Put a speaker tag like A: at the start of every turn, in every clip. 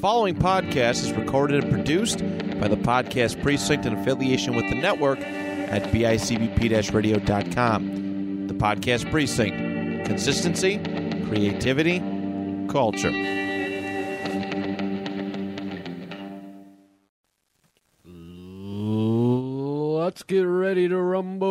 A: following podcast is recorded and produced by the Podcast Precinct in affiliation with the network at bicbp radio.com. The Podcast Precinct consistency, creativity, culture.
B: Let's get ready to rumble.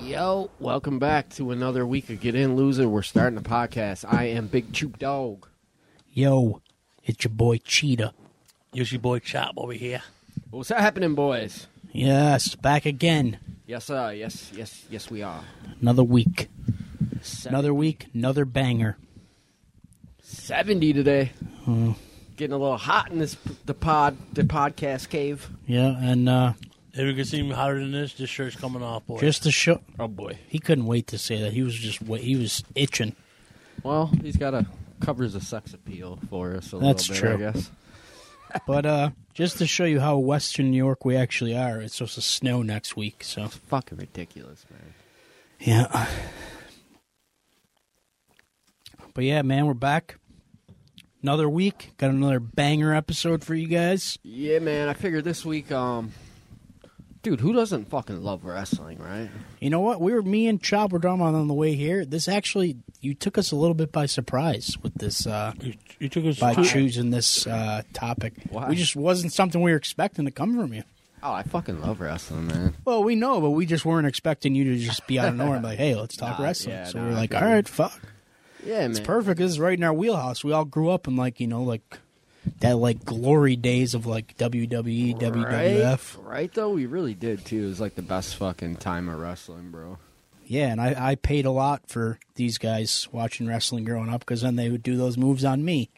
B: Yo, welcome back to another week of Get In Loser. We're starting the podcast. I am Big Cheap Dog.
C: Yo, it's your boy Cheetah.
D: Here's your boy Chop over here.
B: What's happening, boys?
C: Yes, back again.
B: Yes, sir. Yes, yes, yes, we are.
C: Another week.
B: Seven-
C: Another week, another banger.
B: 70 today.
C: Mm.
B: Getting a little hot in this the pod the podcast cave.
C: Yeah, and uh
D: If you can see me hotter than this, this shirt's coming off, boy.
C: just to show
B: Oh boy.
C: he couldn't wait to say that. He was just wait, he was itching.
B: Well, he's got a covers a sex appeal for us a
C: That's
B: little bit,
C: true.
B: I guess.
C: But uh just to show you how western New York we actually are, it's supposed to snow next week, so
B: It's fucking ridiculous, man.
C: yeah. But yeah, man, we're back. Another week, got another banger episode for you guys.
B: Yeah, man. I figured this week, um, dude, who doesn't fucking love wrestling, right?
C: You know what? We were me and Chop were talking about on the way here. This actually you took us a little bit by surprise with this uh
D: you, you took us
C: by
D: to-
C: choosing this uh topic.
B: Why?
C: We just wasn't something we were expecting to come from you.
B: Oh, I fucking love wrestling, man.
C: Well, we know, but we just weren't expecting you to just be out of nowhere and be like, "Hey, let's talk
B: Nah,
C: wrestling."
B: yeah,
C: so
B: nah,
C: we were
B: I
C: like,
B: feel
C: "All
B: you.
C: right, fuck,
B: Yeah,
C: it's
B: man.
C: perfect. This is right in our wheelhouse." We all grew up in like you know like that like glory days of like E, WWE, WWF.
B: Right? right, though, we really did too. It was like the best fucking time of wrestling, bro.
C: Yeah, and I, I paid a lot for these guys watching wrestling growing up because then they would do those moves on me,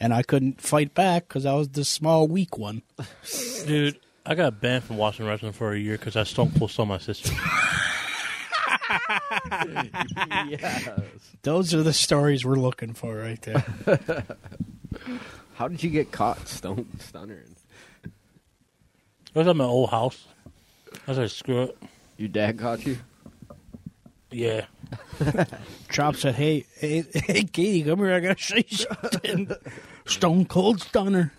C: and I couldn't fight back because I was the small, weak one.
D: Dude, I got banned from watching wrestling for a year because I stone cold saw my sister.
B: yes.
C: Those are the stories we're looking for right there.
B: How did you get caught stone stunnering?
D: I was at my old house. I was like, screw it.
B: Your dad caught you?
D: Yeah.
C: Chop said, hey, hey, hey, Katie, come here. I got to show you something. Stone Cold Stunner.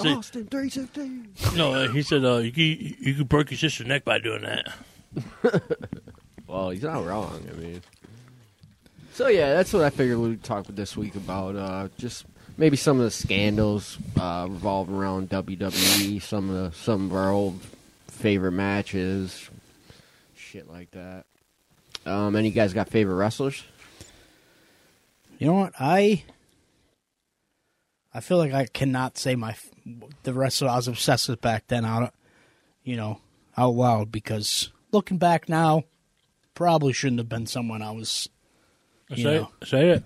D: See,
B: Austin 315.
D: no, uh, he said uh, you could, you could break your sister's neck by doing that.
B: Well, he's not wrong. I mean, so yeah, that's what I figured we'd talk this week about. Uh, just maybe some of the scandals uh, revolving around WWE, some of the, some of our old favorite matches, shit like that. Um, any guys got favorite wrestlers?
C: You know what? I I feel like I cannot say my the wrestler I was obsessed with back then out, you know, out loud because looking back now, probably shouldn't have been someone I was.
D: Say,
C: You know.
D: it, say it.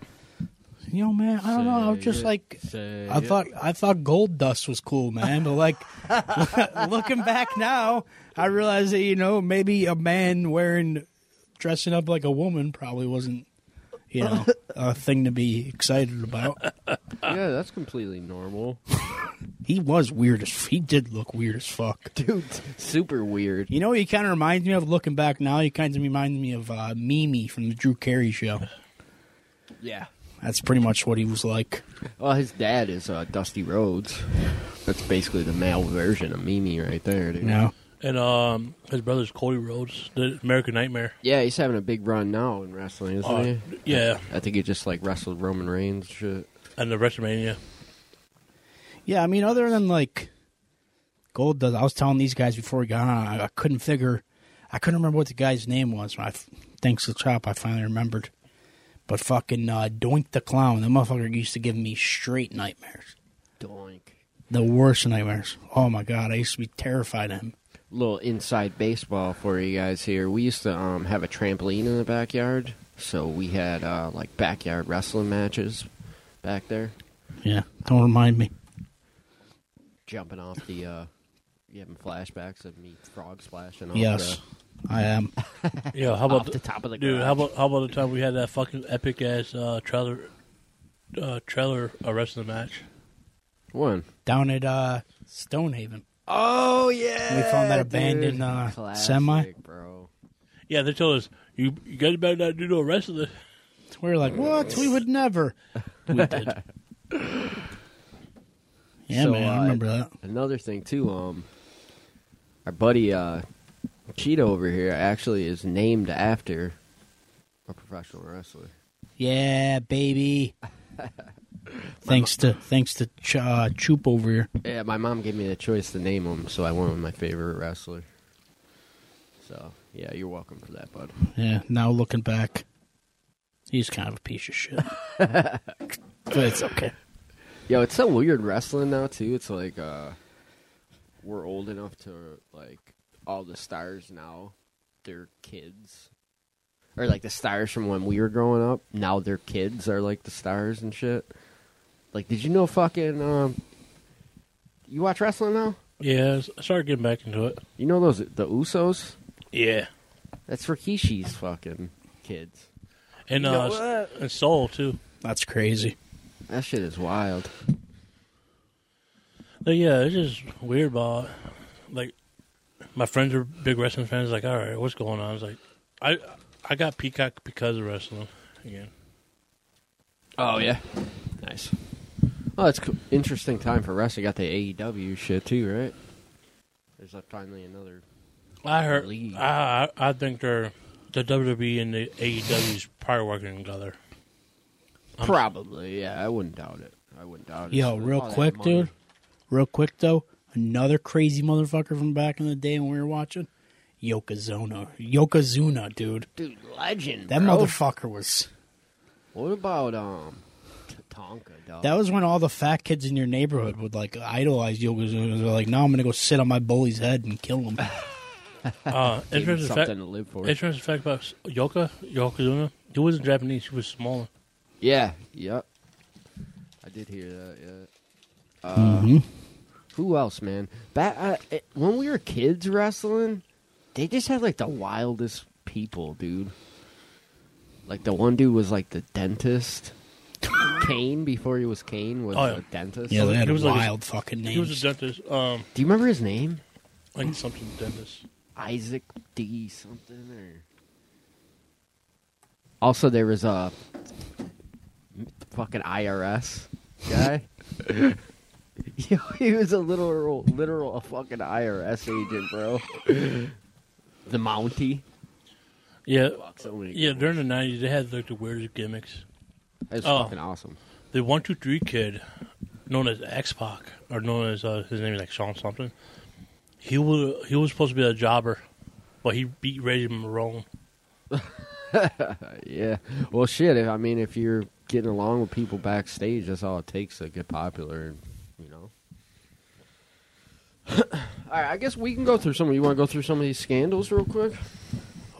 C: You know, man, I don't know. I was just like, I thought I thought Gold Dust was cool, man. But like looking back now, I realize that you know maybe a man wearing dressing up like a woman probably wasn't you know a thing to be excited about.
B: yeah, that's completely normal,
C: He was weird as he did look weird as fuck.
B: dude. Super weird.
C: You know, what he kind of reminds me of looking back now. He kind of reminds me of uh, Mimi from the Drew Carey show.
B: Yeah.
C: That's pretty much what he was like.
B: Well, his dad is uh, Dusty Rhodes. That's basically the male version of Mimi right there, dude.
C: You know,
D: And um, his brother's Cody Rhodes, the American Nightmare.
B: Yeah, he's having a big run now in wrestling, isn't
C: Oh,
D: Uh,
B: he?
D: yeah,
B: I think he just like wrestled Roman Reigns and shit.
D: and the WrestleMania.
C: yeah. I mean, other than like Gold does, I was telling these guys before we got on. I, I couldn't figure. I couldn't remember what the guy's name was. When I, f- thanks to Chop, I finally remembered. But fucking uh, Doink the Clown, that motherfucker used to give me straight nightmares.
B: Doink.
C: The worst nightmares. Oh my god, I used to be terrified of him.
B: Little inside baseball for you guys here. We used to um, have a trampoline in the backyard, so we had uh, like backyard wrestling matches back there.
C: Yeah, don't remind me.
B: jumping off the. Uh, you having flashbacks of me frog splashing? Off
C: Yes, I am.
D: Yo, how
B: the,
D: about
B: off the top of the
D: dude?
B: garage.
D: How about how about the time we had that fucking epic ass uh, trailer uh, trailer uh, wrestling match?
B: one?
C: Down at uh, Stonehaven.
B: Oh yeah,
C: We found that abandoned, uh,
B: Classic,
C: semi.
B: bro.
D: Yeah, they told us you you guys better not do no wrestling.
C: We were like, what? We would never.
D: We did.
C: Yeah,
B: So,
C: man,
B: uh,
C: I remember that.
B: Another thing too, um, our buddy uh, Cheetah over here actually is named after a professional wrestler.
C: Yeah, baby. thanks to thanks to Ch- uh, Choop over here.
B: Yeah, my mom gave me the choice to name him, so I went with my favorite wrestler. So yeah, you're welcome for that, bud.
C: Yeah, now looking back, he's kind of a piece of shit. but it's okay.
B: Yo, it's so weird wrestling now too. It's like uh we're old enough to like all the stars now, they're kids. Or like the stars from when we were growing up, now their kids are like the stars and shit. Like did you know fucking um you watch wrestling now?
D: yeah, I started getting back into it.
B: You know those the Usos?
D: Yeah,
B: That's Rikishi's fucking kids.
D: and
B: You know
D: uh, s- and Soul too.
C: That's crazy.
B: That shit is wild.
D: But yeah, it's just weird, about Like my friends are big wrestling fans. Like, all right, what's going on? I was like, I I got Peacock because of wrestling again.
B: Oh yeah. Nice. Oh, it's co- interesting time for wrestling. Got the AEW shit too, right? There's like finally another.
D: I heard.
B: League.
D: I, I I think they're the WWE and the AEW's probably working together. Um,
B: Probably, yeah. I wouldn't doubt it. I wouldn't doubt it.
C: Yo, real
B: All that
C: quick,
B: money.
C: dude. Real quick though, another crazy motherfucker from back in the day when we were watching Yokozuna. Yokozuna, dude.
B: Dude, legend.
C: That
B: bro.
C: motherfucker was.
B: What about um, T- Tonka dog?
C: That was when all the fat kids in your neighborhood would like idolize Yokozuna. They're like, "No, I'm gonna go sit on my bully's head and kill him."
D: Uh,
B: Gave him
D: interesting
B: something
D: fact.
B: to live for.
D: Interesting fact about S- Yoka Yokozuna. He wasn't Japanese. He was smaller.
B: yeah. Yep. I did hear that. Yeah. Uh,
C: Mhm.
B: Who else, man? Back uh, it- when we were kids wrestling, they just had like the wildest people, dude. Like the one dude was like the dentist. Kane before he was Kane was
D: Oh, yeah.
B: a dentist.
C: Yeah, they had
D: He was like a-
C: wild fucking names.
D: He was a dentist. Um,
B: Do you remember his name?
D: like something dentist.
B: Isaac D something or. Also, there was a fucking IRS guy. Yo, he was a literal, literal fucking IRS agent, bro. the Mountie.
D: Yeah,
B: Fuck, so many
D: yeah.
B: good
D: During
B: ones.
D: the nineties, they had like the weirdest gimmicks.
B: That's
D: oh.
B: fucking awesome.
D: The one two three kid, known as X Pac, or known as uh, his name is like Sean something. He was he was supposed to be a jobber, but he beat Reggie Marone.
B: Yeah. Well, shit. If, I mean, if you're getting along with people backstage, that's all it takes to get popular, and you know. all right. I guess we can go through some. You want to go through some of these scandals real quick?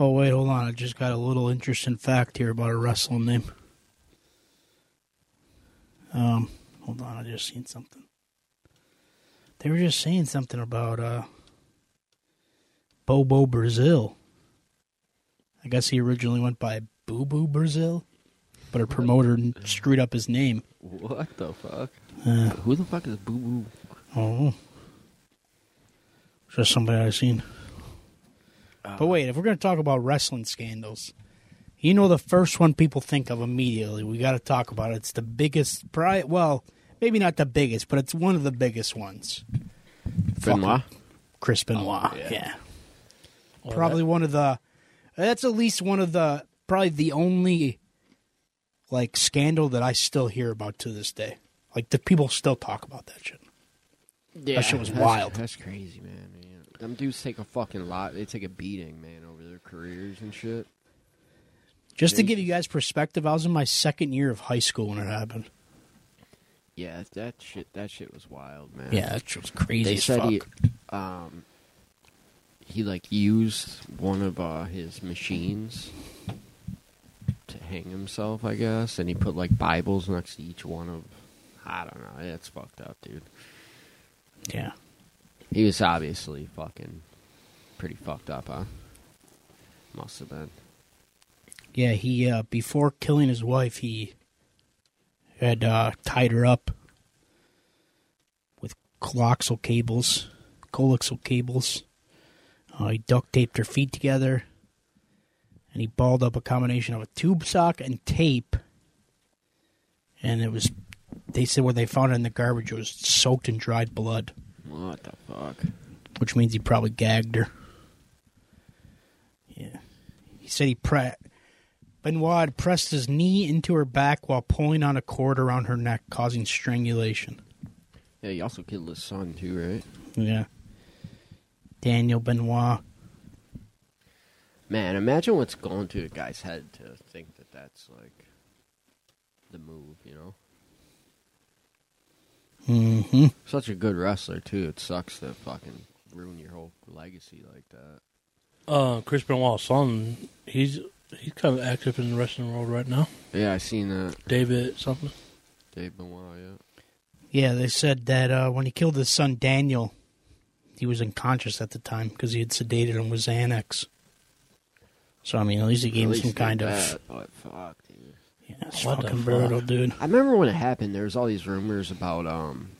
C: Oh wait, hold on. I just got a little interesting fact here about a wrestling name. Um, hold on. I just seen something. They were just saying something about uh Bobo Brazil. I guess he originally went by Boo Boo Brazil, but a promoter n- screwed up his name.
B: What the fuck?
C: Uh,
B: Who the fuck is Boo Boo?
C: oh, just somebody I've seen. But wait, if we're going to talk about wrestling scandals, you know the first one people think of immediately. We got to talk about it. It's the biggest, pri- well, maybe not the biggest, but it's one of the biggest ones.
B: Benoit.
C: Fucking Chris Benoit.
B: yeah.
C: yeah. Probably one of the. That's at least one of the. Probably the only, like, scandal that I still hear about to this day. Like the people still talk about that shit.
B: Yeah,
C: shit was
B: that's-
C: wild.
B: That's crazy, man. man. Them dudes take a fucking lot. They take a beating, man, over their careers and shit.
C: Just to give you guys perspective, I was in my second year of high school when it happened.
B: Yeah, that shit. That shit was wild, man.
C: Yeah, that shit was crazy
B: they
C: as
B: said
C: fuck.
B: he um he like used one of uh, his machines to hang himself i guess and he put like bibles next to each one of i don't know that's fucked up dude
C: Yeah.
B: He was obviously fucking pretty fucked up, huh? Must have been.
C: Yeah, he uh, before killing his wife, he had uh, tied her up with coloxal cables, coloxal cables. Uh, he duct taped her feet together, and he balled up a combination of a tube sock and tape. And it was, they said, when they found it in the garbage, it was soaked in dried blood,
B: What the fuck?
C: which means he probably gagged her. Yeah, he said he pre. Benoit had pressed his knee into her back while pulling on a cord around her neck, causing strangulation.
B: Yeah, he also killed his son too, right?
C: Yeah. Daniel Benoit.
B: Man, imagine what's going through a guy's head to think that that's like the move, you know?
C: Mm-hmm.
B: Such a good wrestler too. It sucks to fucking ruin your whole legacy like that.
D: Uh, Chris Benoit's son, he's he's kind of active in the wrestling world right now.
B: Yeah, I seen that.
D: David something.
B: Dave Benoit, yeah.
C: Yeah, they said that uh, when he killed his son Daniel, he was unconscious at the time because he had sedated him with Xanax. So I mean, at least he gave
B: At
C: him
B: least
C: some
B: did
C: kind of.
B: that. Oh, fuck, dude.
C: Yeah, it's
D: What the
C: fucking
D: fuck?
C: brutal, dude.
B: I remember when it happened. There was all these rumors about um,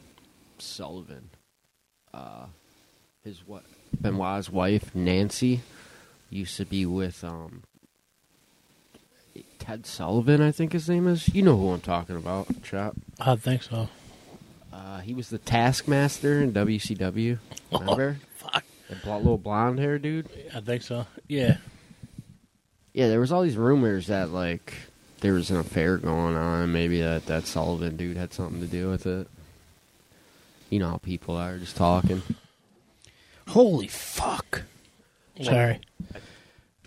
B: Sullivan, uh, his what Benoit's wife Nancy used to be with um, Ted Sullivan, I think his name is. You know who I'm talking about, chap.
D: I think so.
B: Uh, he was the Taskmaster in WCW. Remember
D: Fuck.
B: the bl- little blonde hair dude?
D: I think so. Yeah.
B: Yeah, there was all these rumors that like there was an affair going on. Maybe that that Sullivan dude had something to do with it. You know how people are just talking.
C: Holy fuck! Sorry,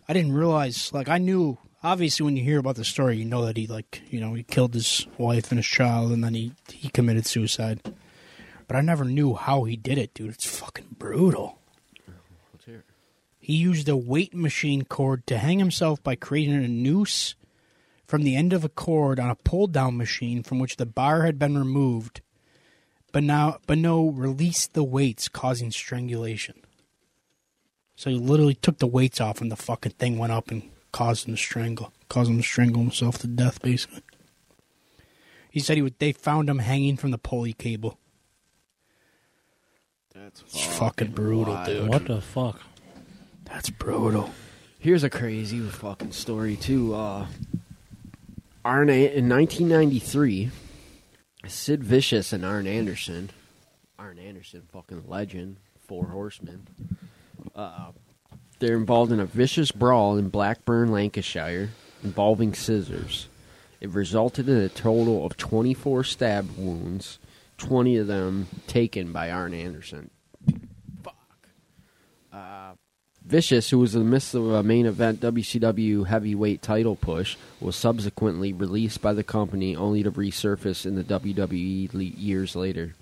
C: I didn't realize. Like, I knew obviously when you hear about the story, you know that he like you know he killed his wife and his child, and then he he committed suicide. But I never knew how he did it, dude. It's fucking brutal. He used a weight machine cord to hang himself by creating a noose from the end of a cord on a pull down machine from which the bar had been removed. But now Beno released the weights, causing strangulation. So he literally took the weights off and the fucking thing went up and caused him to strangle caused him to strangle himself to death basically. He said he would they found him hanging from the pulley cable.
B: That's
C: It's fucking brutal, dude.
D: What the fuck?
C: That's brutal.
B: Here's a crazy fucking story too. Uh, Arn A- in 1993, Sid Vicious and Arn Anderson, Arn Anderson, fucking legend, Four Horsemen. Uh, they're involved in a vicious brawl in Blackburn, Lancashire, involving scissors. It resulted in a total of 24 stab wounds, 20 of them taken by Arn Anderson. Vicious, who was in the midst of a main event WCW heavyweight title push, was subsequently released by the company only to resurface in the WWE le- years later.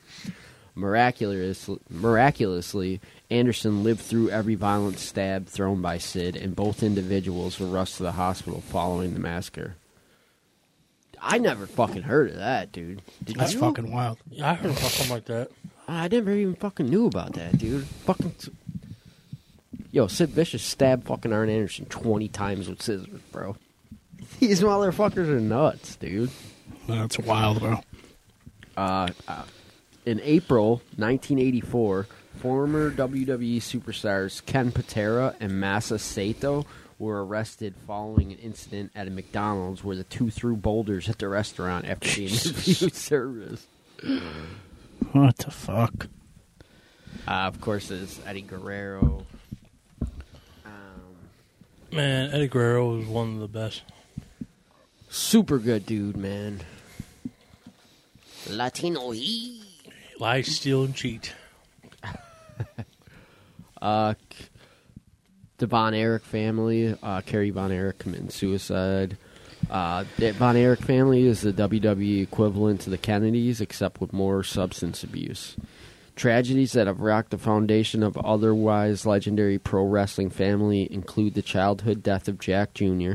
B: Miraculous, miraculously, Anderson lived through every violent stab thrown by Sid, and both individuals were rushed to the hospital following the massacre. I never fucking heard of that, dude. Did
C: That's
B: you?
C: fucking wild.
D: Yeah, I heard about something like that.
B: I never even fucking knew about that, dude. Fucking. Yo, Sid Vicious stabbed fucking Arn Anderson 20 times with scissors, bro. These motherfuckers are nuts, dude.
C: That's wild, bro.
B: In April 1984, former WWE superstars Ken Patera and Masa Sato were arrested following an incident at a McDonald's where the two threw boulders at the restaurant after being refused service.
C: What the fuck?
B: Uh, of course, there's Eddie Guerrero.
D: Man, Eddie Guerrero was one of the best.
B: Super good dude, man. Latino he.
D: Lie, steal, and cheat.
B: Uh, K- the Von Erich family, uh, Carrie Von Erich committing suicide. Uh, the Von Erich family is the WWE equivalent to the Kennedys, except with more substance abuse. Tragedies that have rocked the foundation of otherwise legendary pro wrestling family include the childhood death of Jack Jr.,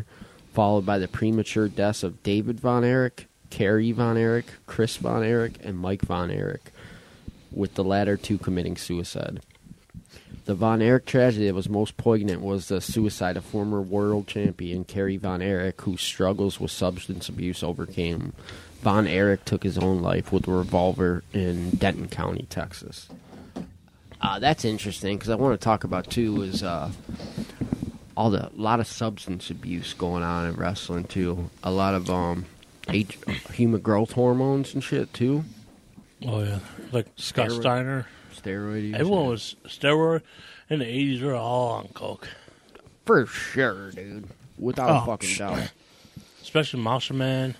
B: followed by the premature deaths of David Von Erich, Carrie Von Erich, Chris Von Erich, and Mike Von Erich. with the latter two committing suicide. The Von Erich tragedy that was most poignant was the suicide of former world champion Kerry Von Erich, whose struggles with substance abuse overcame. Von Erich took his own life with a revolver in Denton County, Texas. Uh, that's interesting because I want to talk about too is uh, all the lot of substance abuse going on in wrestling too. A lot of um, age, human growth hormones and shit too.
D: Oh yeah, like Scott
B: Steroid-
D: Steiner.
B: Steroid. use.
D: Everyone was steroid in the eighties. We're all on coke,
B: for sure, dude. Without a
C: Oh,
B: fucking
C: sh-
B: doubt.
D: especially Monster Man.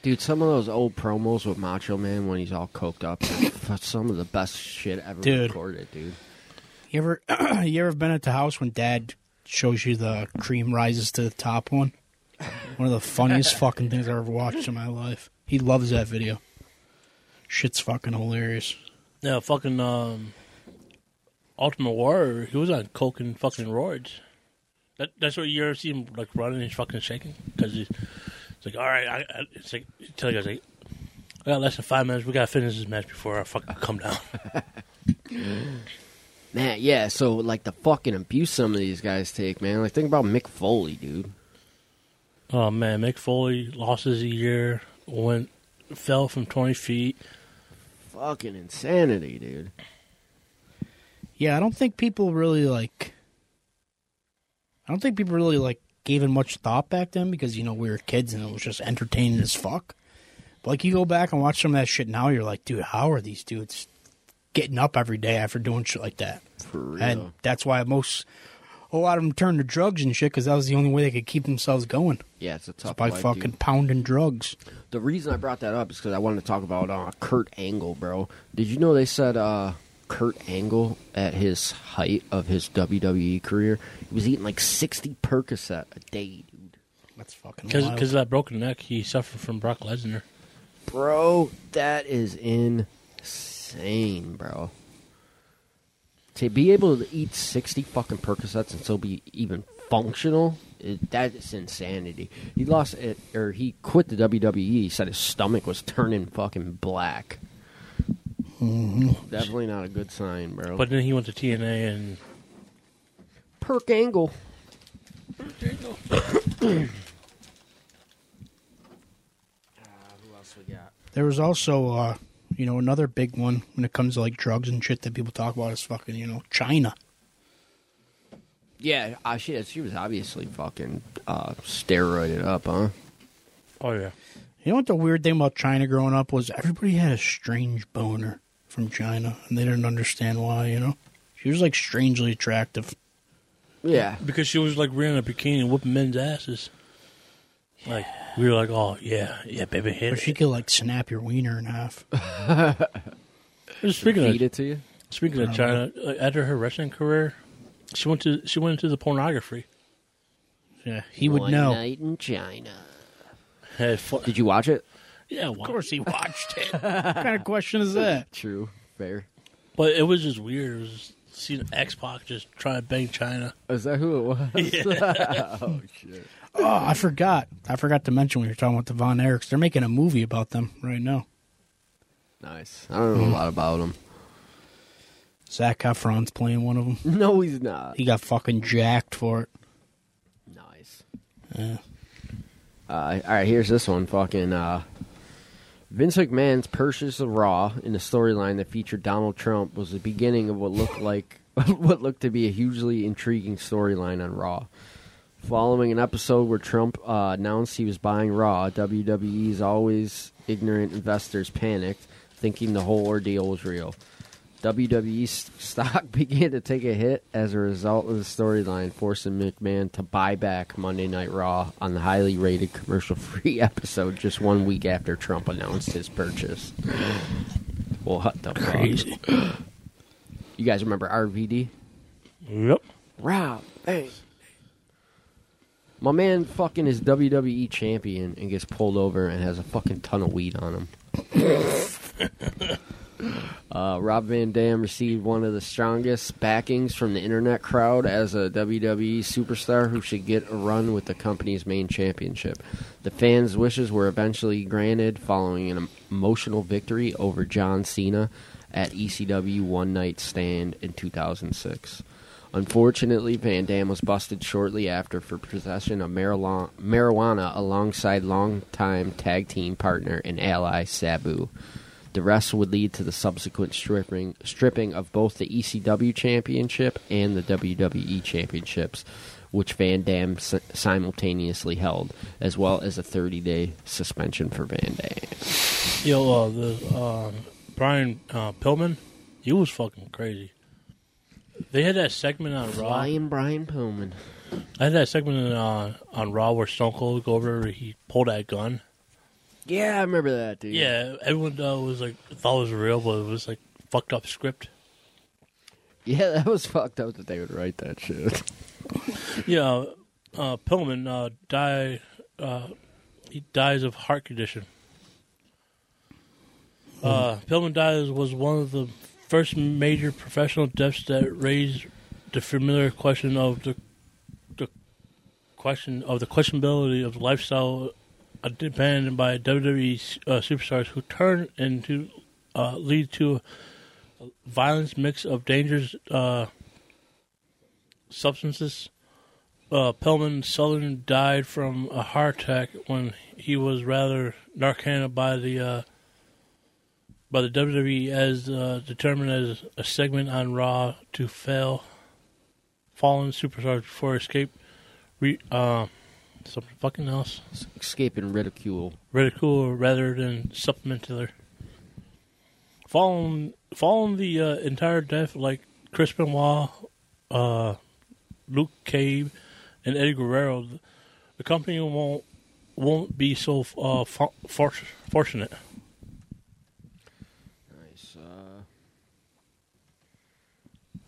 B: Dude, some of those old promos with Macho Man when he's all coked up, that's some of the best shit ever
C: Dude.
B: recorded, dude.
C: You ever you ever been at the house when Dad shows you the cream rises to the top one? One of the funniest fucking things I ever watched in my life. He loves that video. Shit's fucking hilarious.
D: Yeah, fucking um, Ultimate Warrior. He was on coke and fucking roids. That, that's what you ever see him like running. and He's fucking shaking because he's, it's like, all right, I, I it's like he tell you guys like, I got less than five minutes. We gotta finish this match before I fucking come down.
B: Man, yeah, so like the fucking abuse some of these guys take, man. Like think about Mick Foley, dude.
D: Oh man, Mick Foley lost his year. Went fell from twenty feet.
B: Fucking insanity, dude.
C: Yeah, I don't think people really like. I don't think people really like gave it much thought back then because you know we were kids and it was just entertaining as fuck. But like you go back and watch some of that shit now, you're like, dude, how are these dudes getting up every day after doing shit like that?
B: For real.
C: And that's why most a lot of them turned to drugs and shit because that was the only way they could keep themselves going
B: yeah, it's a tough
C: by
B: life, dude.
C: fucking pounding drugs.
B: The reason I brought that up is because I wanted to talk about uh, Kurt Angle, bro. Did you know they said uh, Kurt Angle at his height of his WWE career, he was eating like sixty Percocet a day, dude.
C: That's fucking
D: Because
C: wild.
D: of that broken neck, he suffered from Brock Lesnar.
B: Bro, that is insane, bro. To be able to eat sixty fucking Percocets and still be even functional, it, that is insanity. He lost it, or he quit the WWE. He said his stomach was turning fucking black. Definitely not a good sign, bro.
D: But then he went to TNA and
B: perk angle. Ah, who else we got?
C: There was also, uh, you know, another big one when it comes to like drugs and shit that people talk about is fucking, you know, China.
B: Yeah, ah, shit, she was obviously fucking uh, steroided up, huh?
D: oh yeah,
C: You know what the weird thing about China growing up was? Everybody had a strange boner from China, and they didn't understand why. You know, she was like strangely attractive.
B: Yeah.
D: because she was like wearing a bikini and whooping men's asses. Like we were like, oh yeah, yeah, baby, hit
C: But she
D: it.
C: could like snap your wiener in half.
D: Speaking
B: Feed
D: of
B: it to you?
D: speaking of China, like, after her wrestling career, she went to she went into the pornography.
C: Yeah, he would
B: One
C: know.
B: night in China.
D: Had fu-
B: Did you watch it?
D: yeah, of
C: he watched it. what kind of question is that?
B: True. Fair.
D: But it was just weird. It was seeing X Pac just try to bang China.
B: Is that who it was?
C: Oh, I forgot. I forgot to mention when you were talking about the Von Erichs. They're making a movie about them right now.
B: Nice. I don't know a lot about him.
C: Zach Efron's playing one of them.
B: No, he's not.
C: He got fucking jacked for it.
B: Nice.
C: Yeah.
B: Uh, all right, here's this one. Fucking uh, Vince McMahon's purchase of Raw in the storyline that featured Donald Trump was the beginning of what looked like what looked to be a hugely intriguing storyline on Raw. Following an episode where Trump uh, announced he was buying Raw, WWE's always ignorant investors panicked, thinking the whole ordeal was real. WWE stock began to take a hit as a result of the storyline, forcing McMahon to buy back Monday Night Raw on the highly rated commercial free episode just one week after Trump announced his purchase. What the fuck? You guys remember RVD?
D: Yep.
B: Rob, hey. My man fucking is E WWE champion and gets pulled over and has a fucking ton of weed on him. Uh, Rob Van Dam received one of the strongest backings from the internet crowd as a WWE superstar who should get a run with the company's main championship. The fans' wishes were eventually granted following an emotional victory over John Cena at ECW One Night Stand in 2006. Unfortunately, Van Dam was busted shortly after for possession of marila- marijuana alongside longtime tag team partner and ally Sabu. The rest would lead to the subsequent stripping, stripping of both the ECW Championship and the WWE Championships, which Van Dam si- simultaneously held, as well as a 30 day suspension for Van Dam.
D: Yo, uh, the uh, Brian uh, Pillman, he was fucking crazy. They had that segment on Raw.
B: Flying Brian Pillman.
D: I had that segment on uh, on Raw where Stone Cold would go over. He pulled that gun.
B: Yeah, I remember that, dude.
D: Yeah, everyone uh, was like thought it was real, but it was like fucked up script.
B: Yeah, that was fucked up that they would write that shit.
D: Yeah, uh, Pillman uh, die. Uh, he dies of heart condition. Uh, Pillman dies was one of the first major professional deaths that raised the familiar question of the the question of the questionability of lifestyle abandoned by WWE uh, superstars who turn into uh, lead to a violence mix of dangerous uh, substances uh, Pillman Southern died from a heart attack when he was rather narcaned by the uh, by the WWE as uh, determined as a segment on Raw to fail fallen superstars before escape. Re, uh, something fucking else.
B: Escaping ridicule.
D: Ridicule rather than supplementar. Following following the uh, entire death like Chris Benoit, uh, Luke Cave, and Eddie Guerrero, the company won't won't be so uh, for, for, fortunate.
B: Nice. Uh,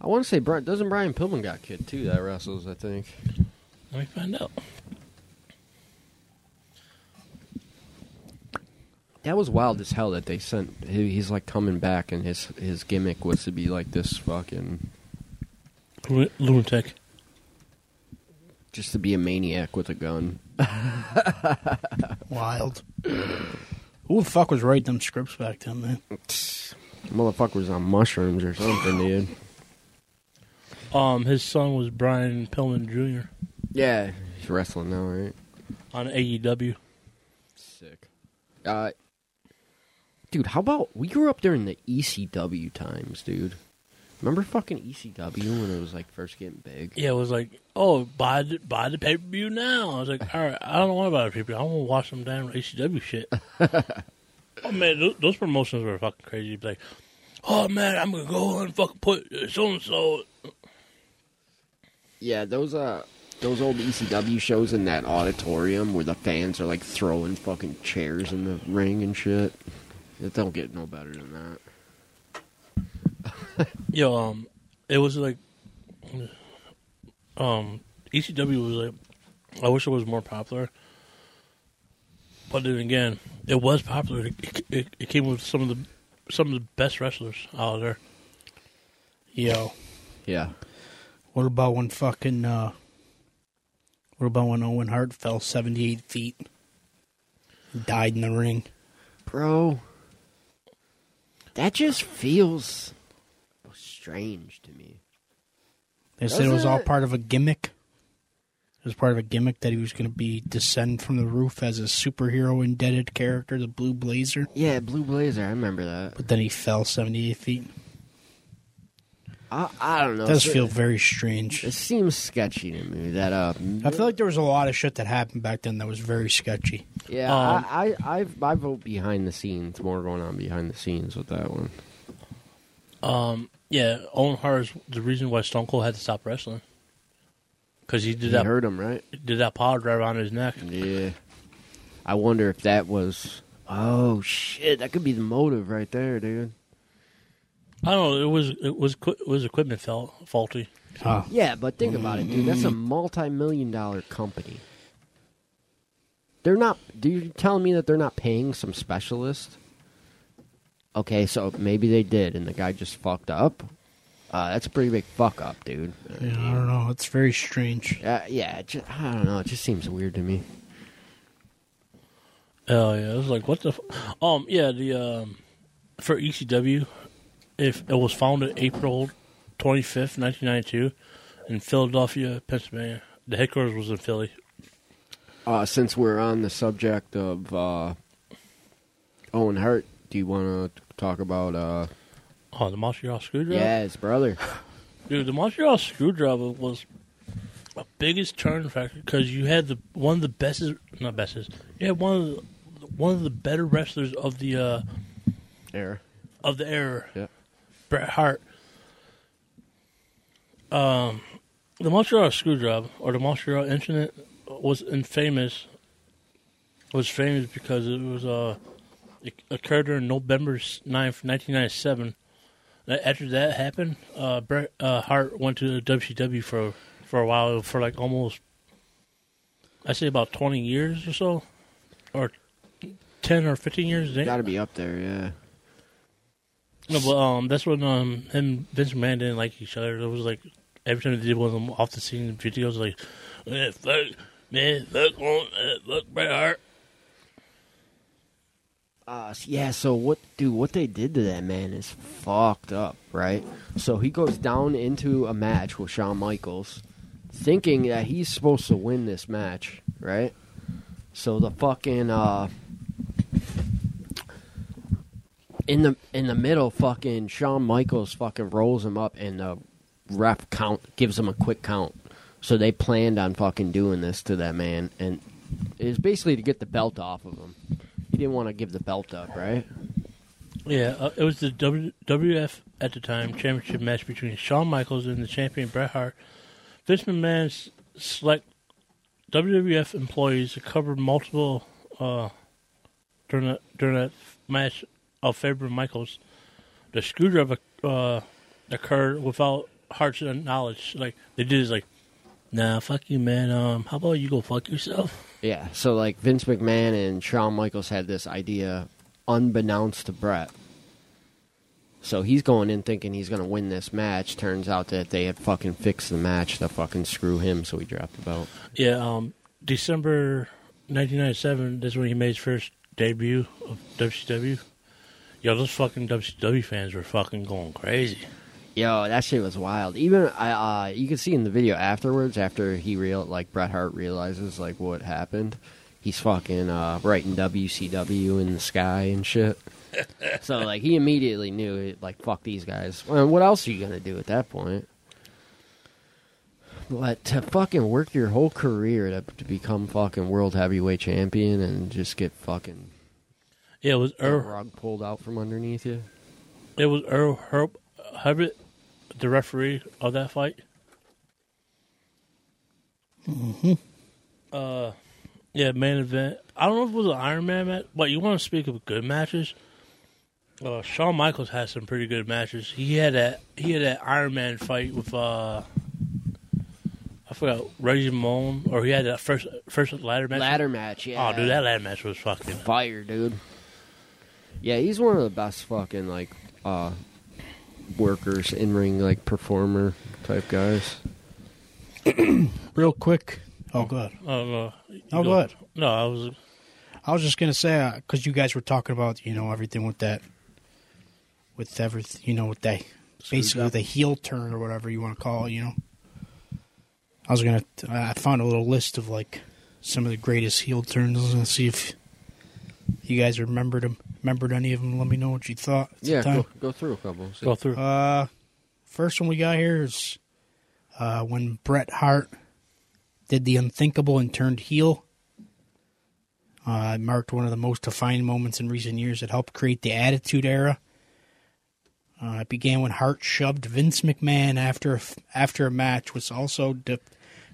B: I want to say, Brian, doesn't Brian Pillman got kid too that wrestles, I think.
D: Let me find out.
B: That was wild as hell that they sent. He, he's like coming back, and his his gimmick was to be like this fucking,
D: Lu- Lunatic.
B: just to be a maniac with a gun.
C: Wild. Who the fuck was writing them scripts back then, man?
B: Motherfucker's on mushrooms or something, dude.
D: Um, his son was Brian Pillman Jr.
B: Yeah, he's wrestling now, right?
D: on E AEW.
B: Sick. Uh, dude, how about we grew up during the ECW times, dude? Remember fucking ECW when it was like first getting big?
D: Yeah, it was like, oh, buy the, buy the pay per view now. I was like, all right, I don't want to buy the pay per view. I want to watch some damn ACW shit. oh man, those, those promotions were fucking crazy. You'd be like, oh man, I'm gonna go and fucking put so and so.
B: Yeah, those uh those old ECW shows in that auditorium where the fans are like throwing fucking chairs in the ring and shit. It don't get no better than that.
D: Yo, um, it was like, um, ECW was like, I wish it was more popular. But then again, it was popular. It, it, it came with some of the some of the best wrestlers out there.
C: Yo.
B: Yeah.
C: What about when fucking uh what about when Owen Hart fell seventy eight feet? Died in the ring.
B: Bro. That just feels strange to me.
C: They said it was all
B: Doesn't it-
C: part of a gimmick. It was part of a gimmick that he was gonna be descend from the roof as a superhero indebted character, the blue blazer.
B: Yeah, Blue Blazer, I remember that.
C: But then he fell seventy eight feet.
B: I, I don't know.
C: It does
B: It-
C: feel very strange.
B: It seems sketchy to me that uh
C: I feel like there was a lot of shit that happened back then that was very sketchy.
B: yeah
D: Um,
B: I, I I I vote behind the scenes more going on behind the scenes with that one.
D: Um, yeah, Owen Hart is the reason why Stone Cold had to stop wrestling because he did
B: You
D: that
B: heard him right?
D: did that power drive on his neck.
B: Yeah. I wonder if that was. Oh shit! That could be the motive right there, dude.
D: I don't know. It was it was equi- it was equipment fel- faulty.
C: Oh.
B: Yeah, but think about it, dude. That's a multi-million dollar company. They're not. Do you telling me that they're not paying some specialist okay, so maybe they did, and the guy just fucked up. Uh, that's a pretty big fuck up, dude.
C: Yeah, I don't know. It's very strange.
B: Uh, yeah, it just, I don't know. It just seems weird to me.
D: Oh yeah, it was like what the, f- um yeah the um for ECW, if it was founded April twenty fifth, nineteen ninety two, in Philadelphia, Pennsylvania. The headquarters was in Philly.
B: Uh, since we're on the subject of uh, Owen Hart, do you want to talk about? Uh,
D: Oh, the Montreal Screwdriver.
B: yeah, his brother.
D: Dude, the Montreal Screwdriver was the biggest turn factor because you had the one of the best, not bestest, you had one of the, one of the better wrestlers of the uh,
B: There.
D: of the era,
B: Yeah.
D: Bret Hart. Um, the Montreal Screwdriver or the Montreal Incident was infamous. Was famous because it was uh, it occurred on November 9th, nineteen ninety seven. After that happened, uh, Bret uh, Hart went to the WCW for for a while for like almost, I say about twenty years or so, or ten or fifteen years.
B: Got to be up there. Yeah.
D: No, but um, that's when um him Vince McMahon didn't like each other. It was like every time they did one of them off the scene videos, like eh, fuck man, fuck on, eh, fuck Bret Hart.
B: Uh, s- yeah, so what, dude, what they did to that man is fucked up, right? So he goes down into a match with Shawn Michaels, thinking that he's supposed to win this match, right? So the fucking, uh, in the in the middle, fucking Shawn Michaels fucking rolls him up, and the ref count gives him a quick count. So they planned on fucking doing this to that man, and it was basically to get the belt off of him. He didn't want to give the belt up, right?
D: Yeah, uh, it was the w- WF at the time championship match between Shawn Michaels and the champion Bret Hart. Vince McMahon s- select WWF employees to cover multiple uh, during that during that match of favor Michaels. The screwdriver uh, occurred without Hart's knowledge. Like they did is like, nah, fuck you, man. Um, how about you go fuck yourself?
B: Yeah. So like Vince McMahon and Shawn Michaels had this idea, unbeknownst to Brett. So he's going in thinking he's going to win this match. Turns out that they had fucking fixed the match to fucking screw him, so he dropped the belt.
D: Yeah, um, December 1997, that's when he made his first debut of WCW. Yo, those fucking WCW fans were fucking going crazy.
B: Yo, that shit was wild. Even I, uh, you can see in the video afterwards, after he real like Bret Hart realizes like what happened, he's fucking uh, writing WCW in the sky and shit. so like he immediately knew like fuck these guys. Well, what else are you gonna do at that point? But to fucking work your whole career to, to become fucking world heavyweight champion and just get fucking
D: Yeah, it was
B: the
D: Earl,
B: rug pulled out from underneath you.
D: it was Earl Herb, Hubbard, the referee of that fight. Uh, yeah, main event. I don't know if it was an Iron Man match, but you want to speak of good matches. Uh, Shawn Michaels had some pretty good matches. He had that he had that Iron Man fight with uh, I forgot Reggie Moan, or he had that first first ladder match.
B: Ladder match, yeah.
D: Oh, dude, that ladder match was fucking.
B: fire, dude. Yeah, he's one of the best fucking like uh workers in ring like performer type guys.
C: Real quick. Oh, God.
D: Oh no! You
C: Oh, go ahead.
D: No, I was
C: I was just gonna say because you guys were talking about you know everything with that, with everything you know with that, basically the heel turn or whatever you want to call it. You know, I was gonna I found a little list of like some of the greatest heel turns and see if you guys remembered them. Remembered any of them? Let me know what you thought. at the
B: Yeah,
C: time.
B: go, go through a couple. see.
D: go through.
C: Uh, first one we got here is uh, when Bret Hart did the unthinkable and turned heel. Uh, it marked one of the most defining moments in recent years. It helped create the Attitude Era. Uh, it began when Hart shoved Vince McMahon after a f- after a match, which also de-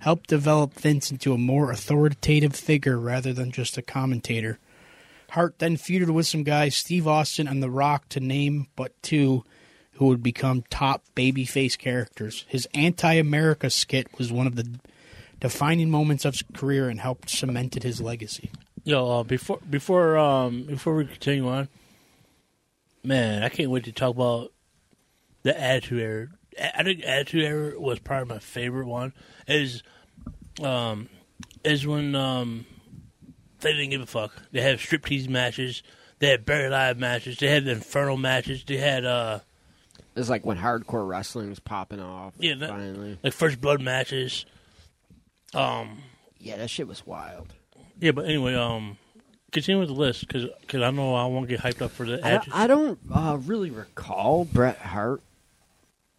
C: helped develop Vince into a more authoritative figure rather than just a commentator. Hart then feuded with some guys, Steve Austin and The Rock, to name but two, who would become top babyface characters. His anti America skit was one of the defining moments of his career and helped cemented his legacy.
D: Yo, uh, before before um before we continue on, man, I can't wait to talk about the Attitude Era. I- I think Attitude Era was probably my favorite one. Is um, is when um, they didn't give a fuck. They had striptease matches. They had buried live matches. They had inferno matches. They had uh,
B: It's like when hardcore wrestling was popping off.
D: Yeah, that-
B: finally.
D: like first blood matches. Um,
B: Yeah, that shit was wild.
D: yeah, but anyway, um, continue with the list because I know I won't get hyped up for the
B: I don't,
D: Attitude.
B: I don't uh, really recall Bret Hart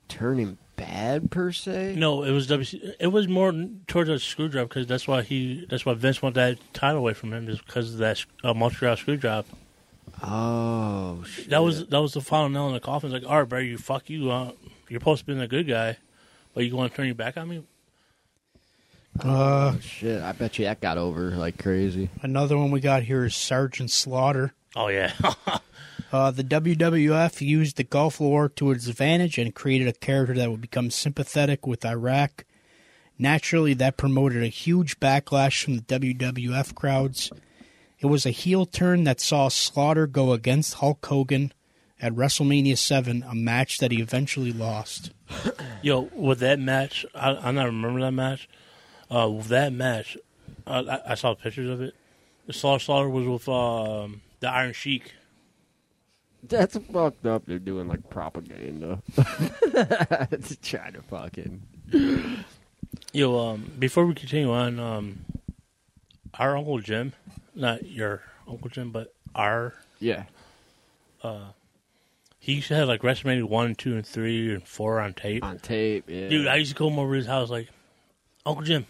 B: turning bad per se.
D: No, it was WC. It was more towards a screwdriver because that's why he. That's why Vince wanted that title away from him is because of that uh, Montreal screwdriver.
B: Oh, shit.
D: That was that was the final nail in the coffin. It's like, all right, bro, you fuck you. Uh, you're supposed to be the good guy, but you want to turn your back on me?
C: Uh,
B: shit. I bet you that got over like crazy.
C: another one we got here is Sergeant Slaughter.
D: Oh yeah,
C: Uh, the WWF used the Gulf War to its advantage and created a character that would become sympathetic with Iraq. Naturally, that promoted a huge backlash from the WWF crowds. It was a heel turn that saw Slaughter go against Hulk Hogan at WrestleMania 7, a match that he eventually lost.
D: yo, with that match, I, I not remember that match. Uh, with that match, I, I, I saw pictures of it. The Slaughter Slaughter was with um, the Iron Sheik.
B: That's fucked up. They're doing like propaganda to try to fucking.
D: Yo, um, before we continue on, um, our Uncle Jim, not your Uncle Jim, but our,
B: Yeah.
D: he used to have like WrestleMania 1, 2, and 3, and 4 on tape.
B: On tape. Yeah.
D: Dude, I used to come over to his house like, Uncle Jim.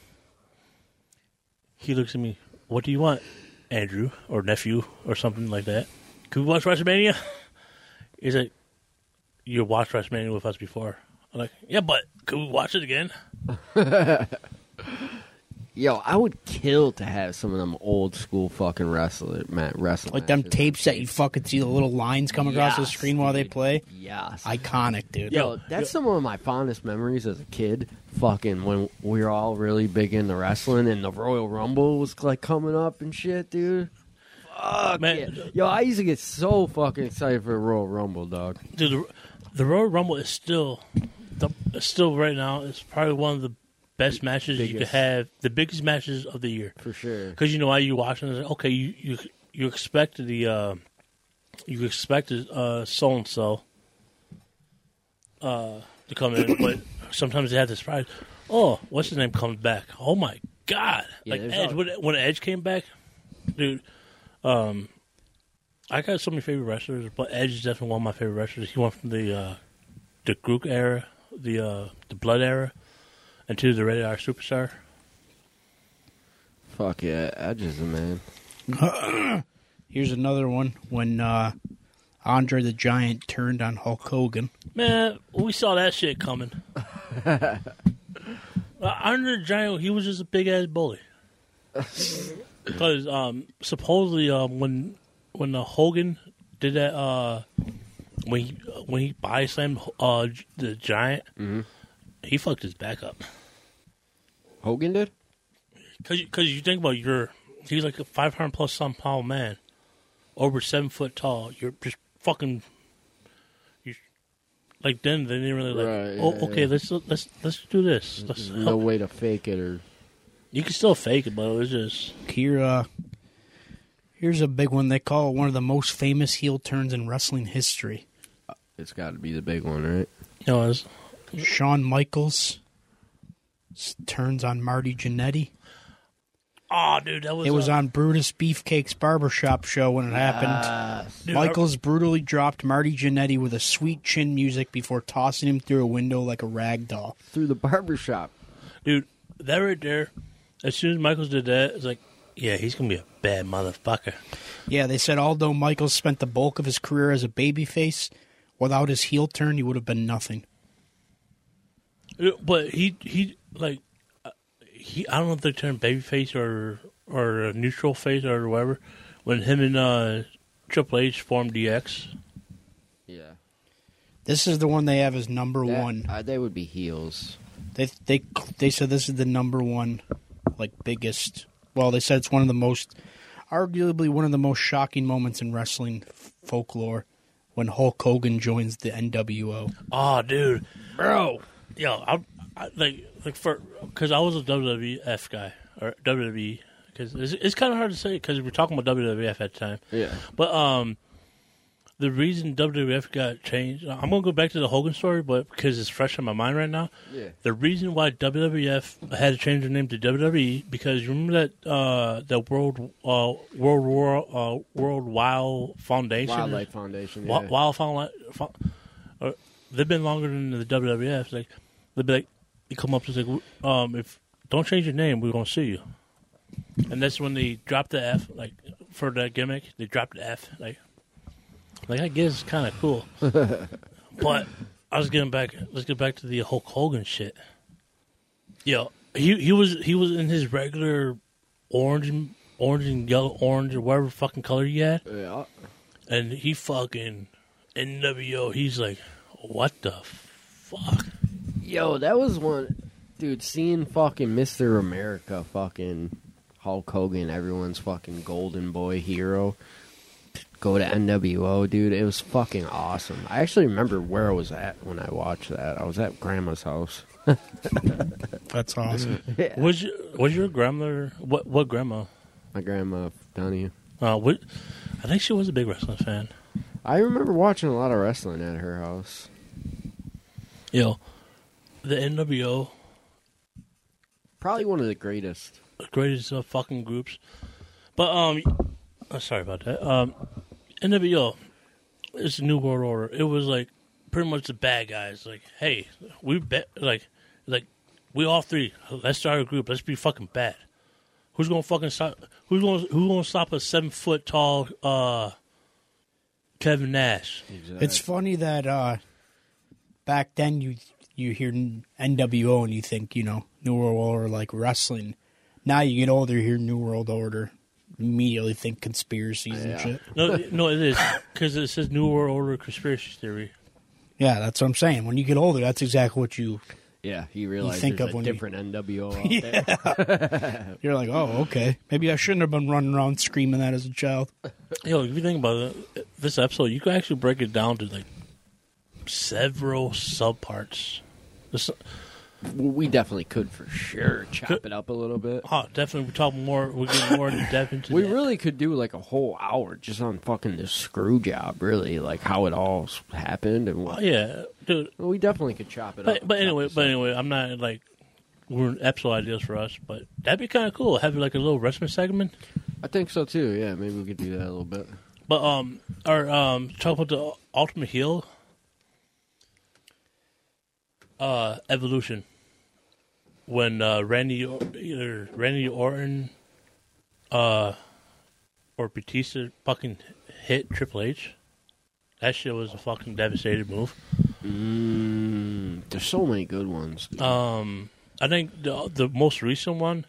D: He looks at me, what do you want, Andrew, or nephew, or something like that? Could we watch WrestleMania? He's like, you watched WrestleMania with us before. I'm like, yeah, but could we watch it again?
B: Yo, I would kill to have some of them old school fucking wrestler, man, wrestling.
C: Like them
B: matches.
C: tapes that you fucking see the little lines come across the
B: Yes,
C: screen while they
B: dude.
C: play.
B: Yes.
C: Iconic, dude.
B: Yo, that's some of my fondest memories as a kid. Fucking when we were all really big into wrestling and the Royal Rumble was like coming up and shit, dude.
D: Man,
B: Yo, I used to get so fucking excited for the Royal Rumble, dog.
D: dude, the, the Royal Rumble is still, the, still right now. It's probably one of the best matches you could
B: biggest.
D: have, the biggest matches of the year.
B: For sure.
D: Because you know why you watching this? Okay, you you you expected the, uh, you expected uh, so and so, uh, to come in, but sometimes they have this surprise. Oh, what's his name comes back? Oh my god!
B: Yeah,
D: like
B: there's
D: Edge,
B: all-
D: when, when Edge came back, dude. Um, I got so many favorite wrestlers, but Edge is definitely one of my favorite wrestlers. He went from the uh, the Grook era, the uh, the Blood era, and to the Red Eye Superstar.
B: Fuck yeah, Edges, man.
C: Here's another one when uh, Andre the Giant turned on Hulk Hogan.
D: Man, we saw that shit coming. uh, Andre the Giant, he was just a big ass bully. Because um, supposedly um, when when uh, Hogan did that, uh, when he when he body slammed uh, the Giant, he fucked his back up.
B: Hogan did?
D: Because you, 'cause you think about your, he's like a five hundred plus some pound man, over seven foot tall. You're just fucking, you, like then they didn't really like.
B: Right,
D: oh,
B: yeah, Mm-hmm.
D: okay,
B: yeah.
D: let's let's let's do this. Let's
B: There's no
D: help."
B: way to fake it or
D: You can still fake it, but it was just
C: Here, uh, here's a big one. They call it one of the most famous heel turns in wrestling history.
B: it's gotta be the big one, right?
D: you know, it was,
C: Shawn Michaels s- turns on Marty Jannetty.
D: oh dude, that was
C: It was
D: uh,
C: on Brutus Beefcake's barbershop show when it happened.
D: dude,
C: Michaels brutally dropped Marty Jannetty with a sweet chin music before tossing him through a window like a rag doll.
B: Through the barbershop.
D: dude, that right there. As soon as Michaels did that, it's like, yeah, he's gonna be a bad motherfucker.
C: Yeah, they said although Michaels spent the bulk of his career as a babyface, without his heel turn, he would have been nothing.
D: Yeah, Uh, But he he like uh, he I don't know if they turned babyface or or a neutral face or whatever when him and uh, Triple H formed DX.
B: Yeah.
C: This is the one they have as number one.
B: Uh, they would be heels.
C: They they they said this is the number one, like biggest. Well, they said it's one of the most, arguably one of the most shocking moments in wrestling f- folklore, when Hulk Hogan joins the NWO.
D: Oh, dude, bro, yo, I'm I, like like for because I was a WWF guy or WWE because it's, it's kind of hard to say because we were talking about WWF at the time.
B: Yeah.
D: But um, the reason WWF got changed, I'm gonna go back to the Hogan story, but because it's fresh in my mind right now.
B: Yeah.
D: The reason why WWF had to change their name to WWE because you remember that uh, the World uh, World War uh, World Wild Foundation,
B: Wildlife Foundation.
D: Wi-
B: yeah.
D: Wild Found, Found or they've been longer than the WWF. Like they'd be like, they come up to like, um, if don't change your name, we're gonna sue you. And that's when they dropped the F, like for that gimmick, they dropped the F. Like, like I guess it's kind of cool. but I was getting back. Let's get back to the Hulk Hogan shit. Yo, he he was he was in his regular orange and orange and yellow orange or whatever fucking color he had
B: Yeah.
D: and he fucking NWO. He's like, what the fuck?
B: Yo, that was one, dude. Seeing fucking Mister America, fucking Hulk Hogan, everyone's fucking golden boy hero. Go to NWO, dude. It was fucking awesome. I actually remember where I was at when I watched that. I was at grandma's house.
C: That's awesome.
D: Was your, was your grandma? What what grandma?
B: My grandma Donnie.
D: Uh, what? I think she was a big wrestling fan.
B: I remember watching a lot of wrestling at her house.
D: Yo, the NWO,
B: Probably one of the greatest.
D: greatest uh, fucking groups. But um, oh, sorry about that. Um, NWO, it's the New World Order. It was like pretty much the bad guys. Like, hey, we bet like like we all three. Let's start a group. Let's be fucking bad. Who's gonna fucking stop? Who's gonna who's gonna stop a seven foot tall uh Kevin Nash?
C: It's funny that uh, back then you you hear NWO and you think you know New World Order like wrestling. Now you get older, you hear New World Order, immediately think conspiracies
B: Yeah.
C: and shit.
D: No, no, it is because it says New World Order conspiracy theory.
C: Yeah, that's what I'm saying. When you get older, that's exactly what you
B: Yeah, he realized
C: think
B: there's
C: of
B: a
C: when you-
B: different NWO out there.
C: you're like, oh, okay, maybe I shouldn't have been running around screaming that as a child.
D: Yo, if you think about it, this episode, you can actually break it down to like several subparts. This,
B: Well, we definitely could for sure chop it up a little bit.
D: oh, definitely, we talk more. We get more in depth into.
B: We
D: that.
B: really could do like a whole hour just on fucking this screw job, really, like how it all s- happened and
D: Oh,
B: what.
D: yeah, dude.
B: Well, we definitely could chop it up.
D: But but
B: chop
D: anyway,
B: this
D: but
B: up.
D: anyway, I'm not like we're episode ideas for us, but that'd be kind of cool. Have like a little wrestling segment.
B: I think so too. Yeah, maybe we could do that a little bit.
D: But um, or um, talk about the ultimate heel. Uh, evolution. When uh, Randy or- either Randy Orton, uh, or Batista fucking hit Triple H, that shit was a fucking devastating move.
B: Mm, there's so many good ones. dude.
D: Um, I think the the most recent one,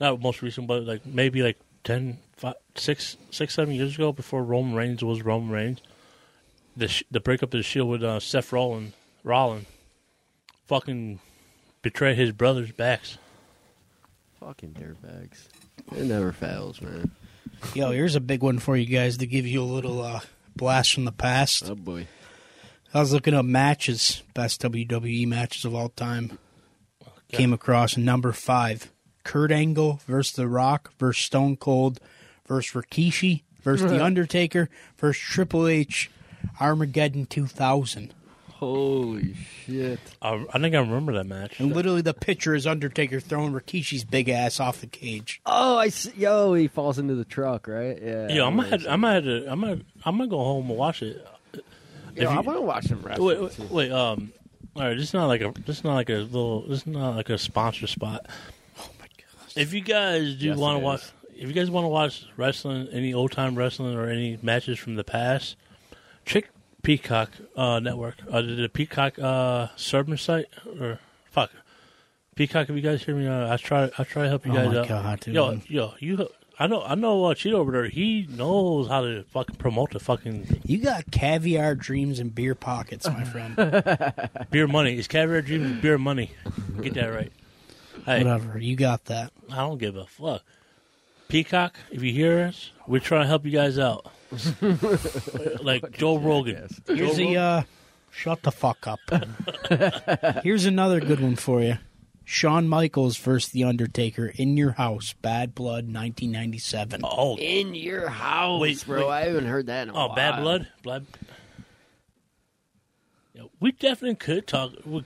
D: not most recent, but like maybe like 10, fi- six, six, seven years ago, before Roman Reigns was Roman Reigns, the sh- the breakup of the Shield with uh, Seth Rollin, Rollin, fucking betray his brothers' backs.
B: fucking dirtbags. It never fails, man.
C: Yo, here's a big one for you guys to give you a little uh, blast from the past.
B: Oh boy.
C: I was looking up matches, best WWE matches of all time. Came across number five Kurt Angle versus The Rock versus Stone Cold versus Rikishi versus The Undertaker versus Triple H Armageddon 2000.
B: Holy shit.
D: I, I think I remember that match.
C: And literally the picture is Undertaker throwing Rikishi's big ass off the cage.
B: Oh, I see. Yo, he falls into the truck, right? Yeah.
D: Yeah, I'm
B: gonna.
D: gonna, have, I'm gonna, have to, I'm gonna, I'm gonna go home and watch it.
B: Yo, I want to watch him wrestle.
D: Wait, wait, wait, um, all right. This is not like a. This is not like a little. This is not like a sponsor spot. Oh my gosh! If you guys do
B: Yes,
D: want
B: it
D: to watch,
B: is.
D: if you guys want to watch wrestling, any old time wrestling or any matches from the past, check Peacock uh, Network. Uh, the, the Peacock uh, server site or fuck Peacock. If you guys hear me, uh, I try. I try to help you
C: Oh
D: guys
C: my
D: out.
C: God, dude.
D: Yo, yo, you. I know. I know. Uh, Cheeto over there. He knows how to fucking promote the fucking
C: You got caviar dreams and beer pockets, my friend.
D: Beer money. It's caviar dreams of beer money. Get that right. Hey,
C: Whatever. You got that.
D: I don't give a fuck. Peacock, if you hear us, we're trying to help you guys out. like Joe Rogan. Joe
C: Here's the
D: Rogan.
C: uh, shut the fuck up. Here's another good one for you. Shawn Michaels versus The Undertaker in your house, Bad Blood, 1997.
D: oh,
B: In your house,
D: Wait,
B: bro. I haven't heard that in a
D: oh,
B: while.
D: bad blood, blood. Yeah, we definitely could talk. We,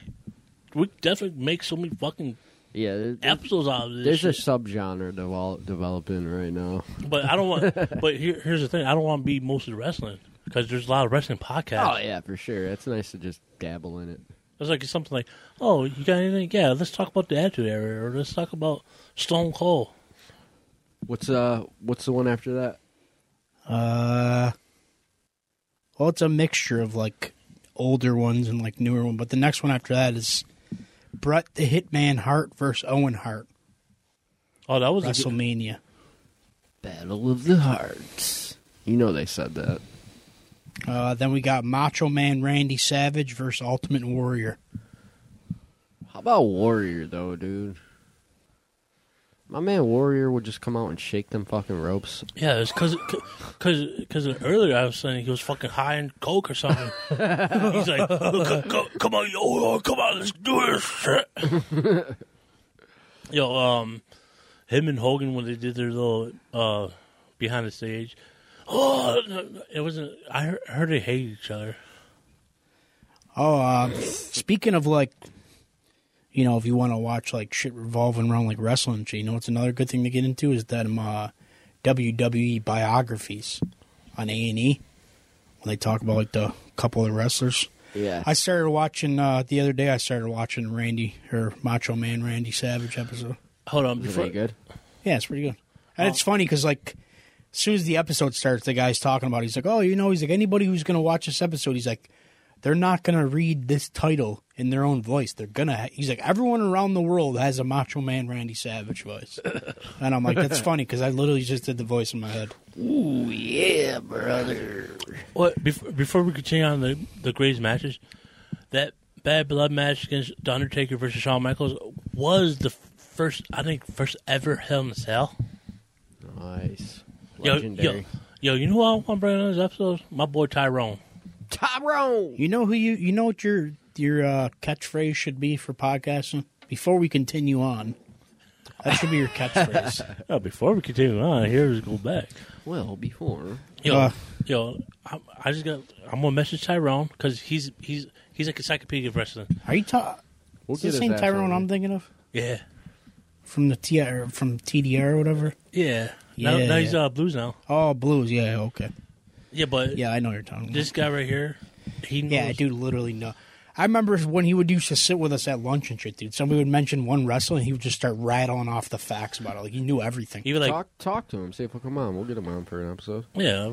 D: we definitely make so many fucking
B: Yeah, there- there-
D: episodes out of this.
B: there's a
D: shit.
B: subgenre devel- developing right now.
D: But I don't want. but here, here's the thing: I don't want to be mostly wrestling because there's a lot of wrestling podcasts.
B: Oh yeah, for sure. It's nice to just dabble in it.
D: It's like something like, "Oh, you got anything? Yeah, let's talk about the Attitude Era, or let's talk about Stone Cold."
B: What's uh, what's the one after that?
C: Uh, well, it's a mixture of like older ones and like newer one, but the next one after that is Brett the Hitman Hart versus Owen Hart,
D: Oh, that was a good-
C: WrestleMania.
B: Battle of the Hearts. You know they said that.
C: Uh, then we got Macho Man Randy Savage versus Ultimate Warrior.
B: How about Warrior though, dude? My man Warrior would just come out and shake them fucking ropes.
D: yeah. It's because because earlier I was saying he was fucking high in coke or something. He's like, "Look, co- "Come on, yo, yo, come on, let's do this shit." yo, um, him and Hogan when they did their little uh behind the stage. Oh, it wasn't. I heard, heard they hate each other.
C: Oh, uh, speaking of like, you know, if you want to watch like shit revolving around like wrestling, and shit, you know, what's another good thing to get into is that um, uh, WWE biographies on A and E when they talk about like the couple of wrestlers.
B: Yeah.
C: I started watching uh, the other day. I started watching Randy or Macho Man Randy Savage episode.
D: Hold on,
B: Is they
D: before
B: good?
C: Yeah, it's pretty good. And it's funny because like as soon as the episode starts, the guy's talking about. It. He's like, "Oh, you know," he's like, "Anybody who's going to watch this episode," he's like, "They're not going to read this title in their own voice. They're gonna." Ha-. He's like, "Everyone around the world has a Macho Man Randy Savage voice," and I'm like, "That's funny because I literally just did the voice in my head."
B: Ooh yeah, brother.
D: What before, before we continue on the the greatest matches, that Bad Blood match against The Undertaker versus Shawn Michaels was the first I think first ever Hell in a Cell.
B: Nice.
D: Yo,
B: Legendary.
D: yo, yo, you know what I want to bring on this episode? My boy Tyrone.
B: Tyrone.
C: You know who you you know what your your uh, catchphrase should be for podcasting. Before we continue on, that should be your catchphrase.
D: Oh, before we continue on, here's go back.
B: Well, before
D: Yo,
C: Uh.
D: yo, I, I just got I'm gonna message Tyrone because he's he's he's like encyclopedia of wrestling.
C: Are you ta-
B: we'll
C: is this the same Tyrone I'm thinking of
D: Yeah,
C: from the T or from TDR or whatever?
D: yeah. Now,
C: Yeah.
D: now he's uh, blues now.
C: Oh, blues. Yeah, okay.
D: Yeah, but
C: Yeah, I know what you're talking about.
D: this guy right here, he knows.
C: yeah, dude, literally no. I remember when he would used to sit with us at lunch and shit, dude. Somebody would mention one wrestler, and he would just start rattling off the facts about it. Like he knew everything.
D: He was like,
B: talk talk to him. See if he'll come on. We'll get him on for an episode.
D: Yeah,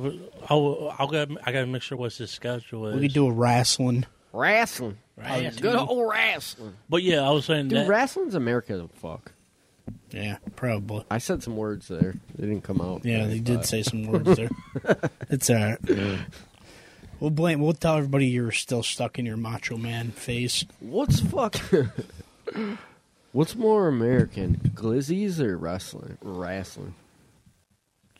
D: I'll, I'll got I gotta make sure what's his schedule is.
C: we could do a wrestling.
B: Wrestling.
D: Wrestling.
B: Good old wrestling.
D: but yeah, I was saying
B: Dude,
D: that.
B: wrestling's America as fuck.
C: Yeah, probably.
B: I said some words there. They didn't come out.
C: Yeah, they did
B: But-
C: say some words there. it's all right. We'll blame. We'll tell everybody you're still stuck in your Macho Man phase.
B: What's fuck? What's more American, glizzies or wrestling? Wrestling.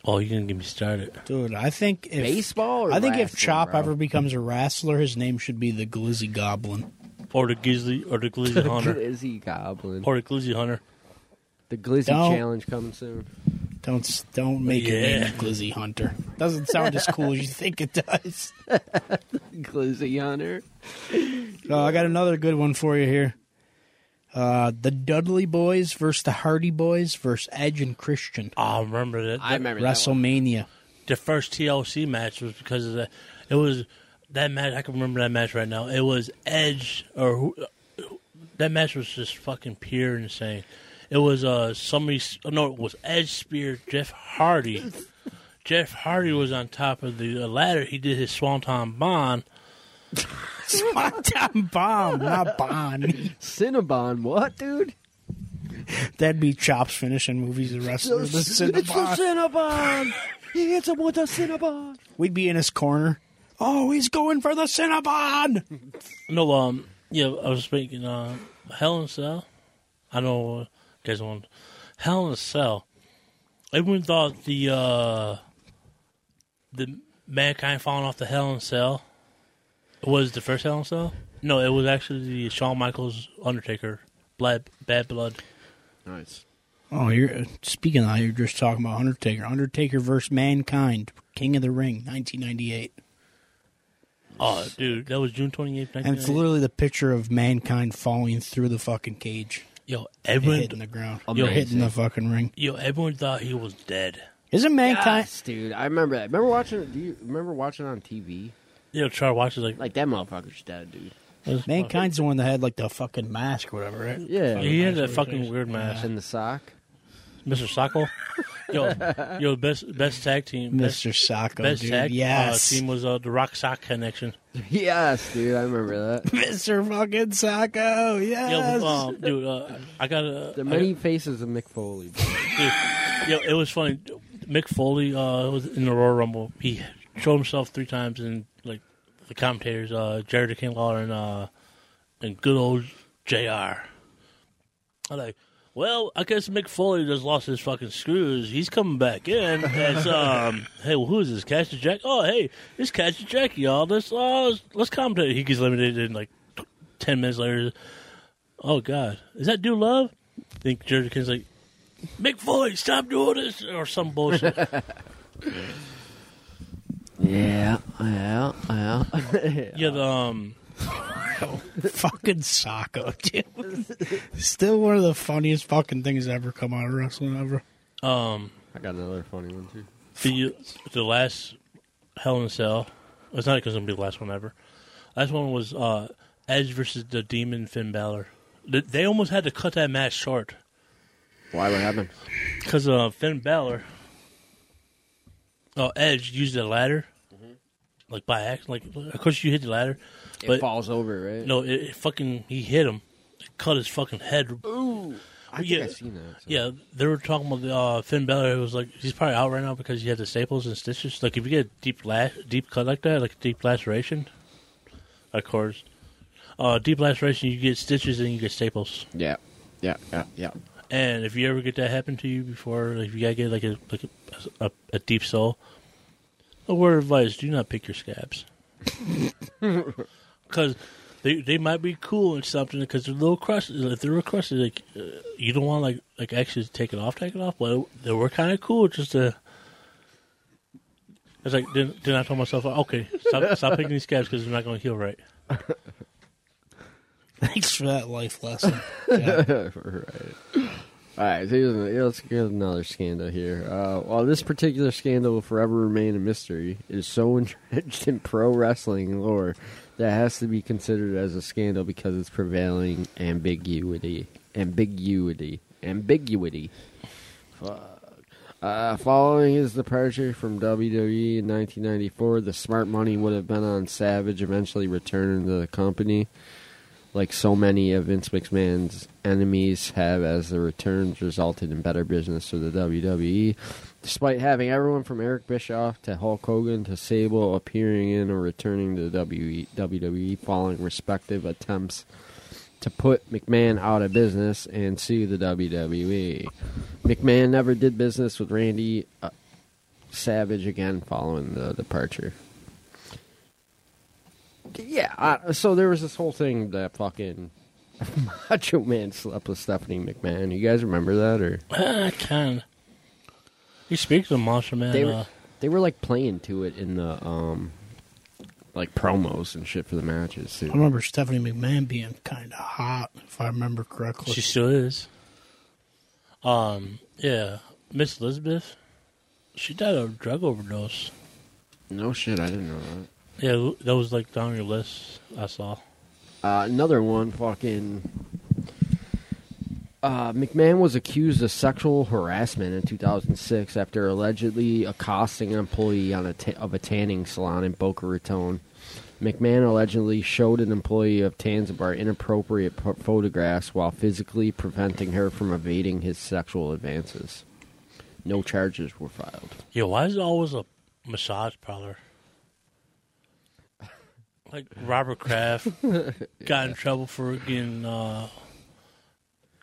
D: oh, you're gonna get me started.
C: Dude, I think if
B: Baseball or
C: I think if
B: wrestling,
C: Chop
B: bro?
C: ever becomes a wrestler, his name should be the Glizzy Goblin.
D: Or the Grizzly, or the Glizzy Hunter,
B: Glizzy Goblin.
D: or the Glizzy Hunter.
B: the Glizzy
C: Don't-
B: Challenge coming soon.
C: Don't s- don't make your
D: Yeah.
C: name Glizzy Hunter. Doesn't sound as cool as you think it does.
B: Glizzy Hunter.
C: Uh, I got another good one for you here. Uh, the Dudley Boys versus the Hardy Boys versus Edge and Christian.
D: Oh, I remember that.
B: I remember
C: WrestleMania.
D: the first TLC match was because of that. It was that match. I can remember that match right now. It was Edge or who, that match was just fucking pure insane. It was uh somebody. No, it was Edge Spear Jeff Hardy. Jeff Hardy was on top of the uh, ladder. He did his Swanton Bond.
C: Swanton Bomb, not Bond.
B: Cinnabon. What, dude?
C: That'd be Chop's finish in movies and wrestlers. The Cinnabon.
B: Cinnabon. he hits him with a Cinnabon.
C: We'd be in his corner. Oh, he's going for the Cinnabon.
D: No, um, yeah, I was speaking. Uh, Hell in a Cell. I know uh, guys want Hell in a Cell. Everyone thought the uh, the Mankind falling off the Hell in a Cell. Was it the first Hell in a Cell? No, it was actually the Shawn Michaels Undertaker Blood Bad Blood.
B: Nice.
C: Oh, you're speaking of that, you're just talking about Undertaker. Undertaker versus Mankind, King of the Ring, 1998.
D: Oh, dude, that was June twenty eighth,
C: And it's literally the picture of Mankind falling through the fucking cage
D: Yo,
C: and hitting
D: everyone,
C: the ground.
B: Amazing.
C: You're hitting the fucking ring.
D: yo, everyone thought he was dead.
C: Isn't Mankind...
B: Yes, dude. I remember that. Remember watching? Do you remember watching on TV?
D: Yo, Char watches like,
B: Like that motherfucker's dead, dude.
D: this-
C: Mankind's the one that had like the fucking mask or whatever, right?
B: Yeah.
D: He had that fucking weird mask,
B: In the sock.
D: Mister Socko. Yo, yo, best best tag team, best,
C: Mr. Sacco,
D: best
C: dude.
D: tag
C: yes.
D: uh, team was uh, the Rock Sock Connection.
B: yes, dude. I remember that.
C: Mr. fucking Sacco, yes.
D: Yo, um, dude, uh, I got a
B: The many faces of Mick Foley. bro.
D: Dude, yo, it was funny. Mick Foley uh, was in the Royal Rumble. He showed himself three times, and like the commentators, uh, Jared the King Lawler and uh, and good old Jr. I'm like, well, I guess Mick Foley just lost his fucking screws. He's coming back in. As, um, hey, well, who is this? Cash the Jack? Oh, hey, it's Cash the Jack, y'all. Let's uh, let's- let's commentate. He gets eliminated in like t- ten minutes later. Oh God, is that Do Love? I think Jared the King's like, Mick Foley, stop doing this or some bullshit.
B: Yeah, yeah, yeah.
D: yeah, the, um,
C: fucking Sacco, dude. Still one of the funniest fucking things that ever come out of wrestling ever.
D: um,
B: I got another funny one too.
D: the the last Hell in a Cell. It's not because it'll be the last one ever. Last one was uh, Edge versus the Demon Finn Balor. Th- They almost had to cut that match short
B: Why? What happened?
D: because uh, Finn Balor, oh Edge used the ladder, like by accident. Like of course you hit the ladder,
B: It
D: but
B: falls over, right?
D: no, it, it fucking he hit him, cut his fucking head
B: I think
D: yeah.
B: I've seen that. so-
D: Yeah, they were talking about the, uh, Finn Balor. It was like he's probably out right now because he had the staples and stitches. Like if you get a deep la- deep cut like that, like a deep laceration, of course, uh, deep laceration, you get stitches and you get staples.
B: Yeah. Yeah. Yeah. Yeah.
D: And if you ever get that happen to you before, like if you gotta get like a like a, a, a deep sole, a word of advice: do not pick your scabs, because they they might be cool and something. Because they're little crusted. If they're crusted, like uh, you don't want like like actually take it off, take it off. But they were kind of cool, just to. It's like then, then I told myself, okay, stop, stop picking these scabs because they're not going to heal right.
C: Thanks for that life lesson.
B: All right, so here's, an- let's get another scandal here. Uh, while this particular scandal will forever remain a mystery, it is so entrenched in pro wrestling lore that it has to be considered as a scandal because it's prevailing ambiguity. Ambiguity. Ambiguity. Uh, following his departure from WWE in 1994, the smart money would have been on Savage eventually returning to the company, like so many of Vince McMahon's enemies have, as the returns resulted in better business for the WWE. Despite having everyone from Eric Bischoff to Hulk Hogan to Sable appearing in or returning to the E, WWE WWE following respective attempts to put McMahon out of business and sue the WWE. McMahon never did business with Randy uh, Savage again following the departure. Yeah, I, so there was this whole thing that fucking Macho Man slept with Stephanie McMahon. You guys remember that, or
D: I can. He speaks of Monster Man.
B: they were
D: uh,
B: they were like playing to it in the um like promos and shit for the matches
C: I
B: too.
C: remember Stephanie McMahon being kind of hot, if I remember correctly.
D: She still is. Um, yeah, Miss Elizabeth, she died of a drug overdose.
B: No shit, I didn't know that.
D: Yeah, that was like down your list. I saw.
B: Uh, another one, fucking. Uh, McMahon was accused of sexual harassment in 2006 after allegedly accosting an employee on a ta- of a tanning salon in Boca Raton. McMahon allegedly showed an employee of Tanzibar inappropriate p- photographs while physically preventing her from evading his sexual advances. No charges were filed.
D: Yo, why is it always a massage parlor? Like Robert Kraft got in trouble for getting uh,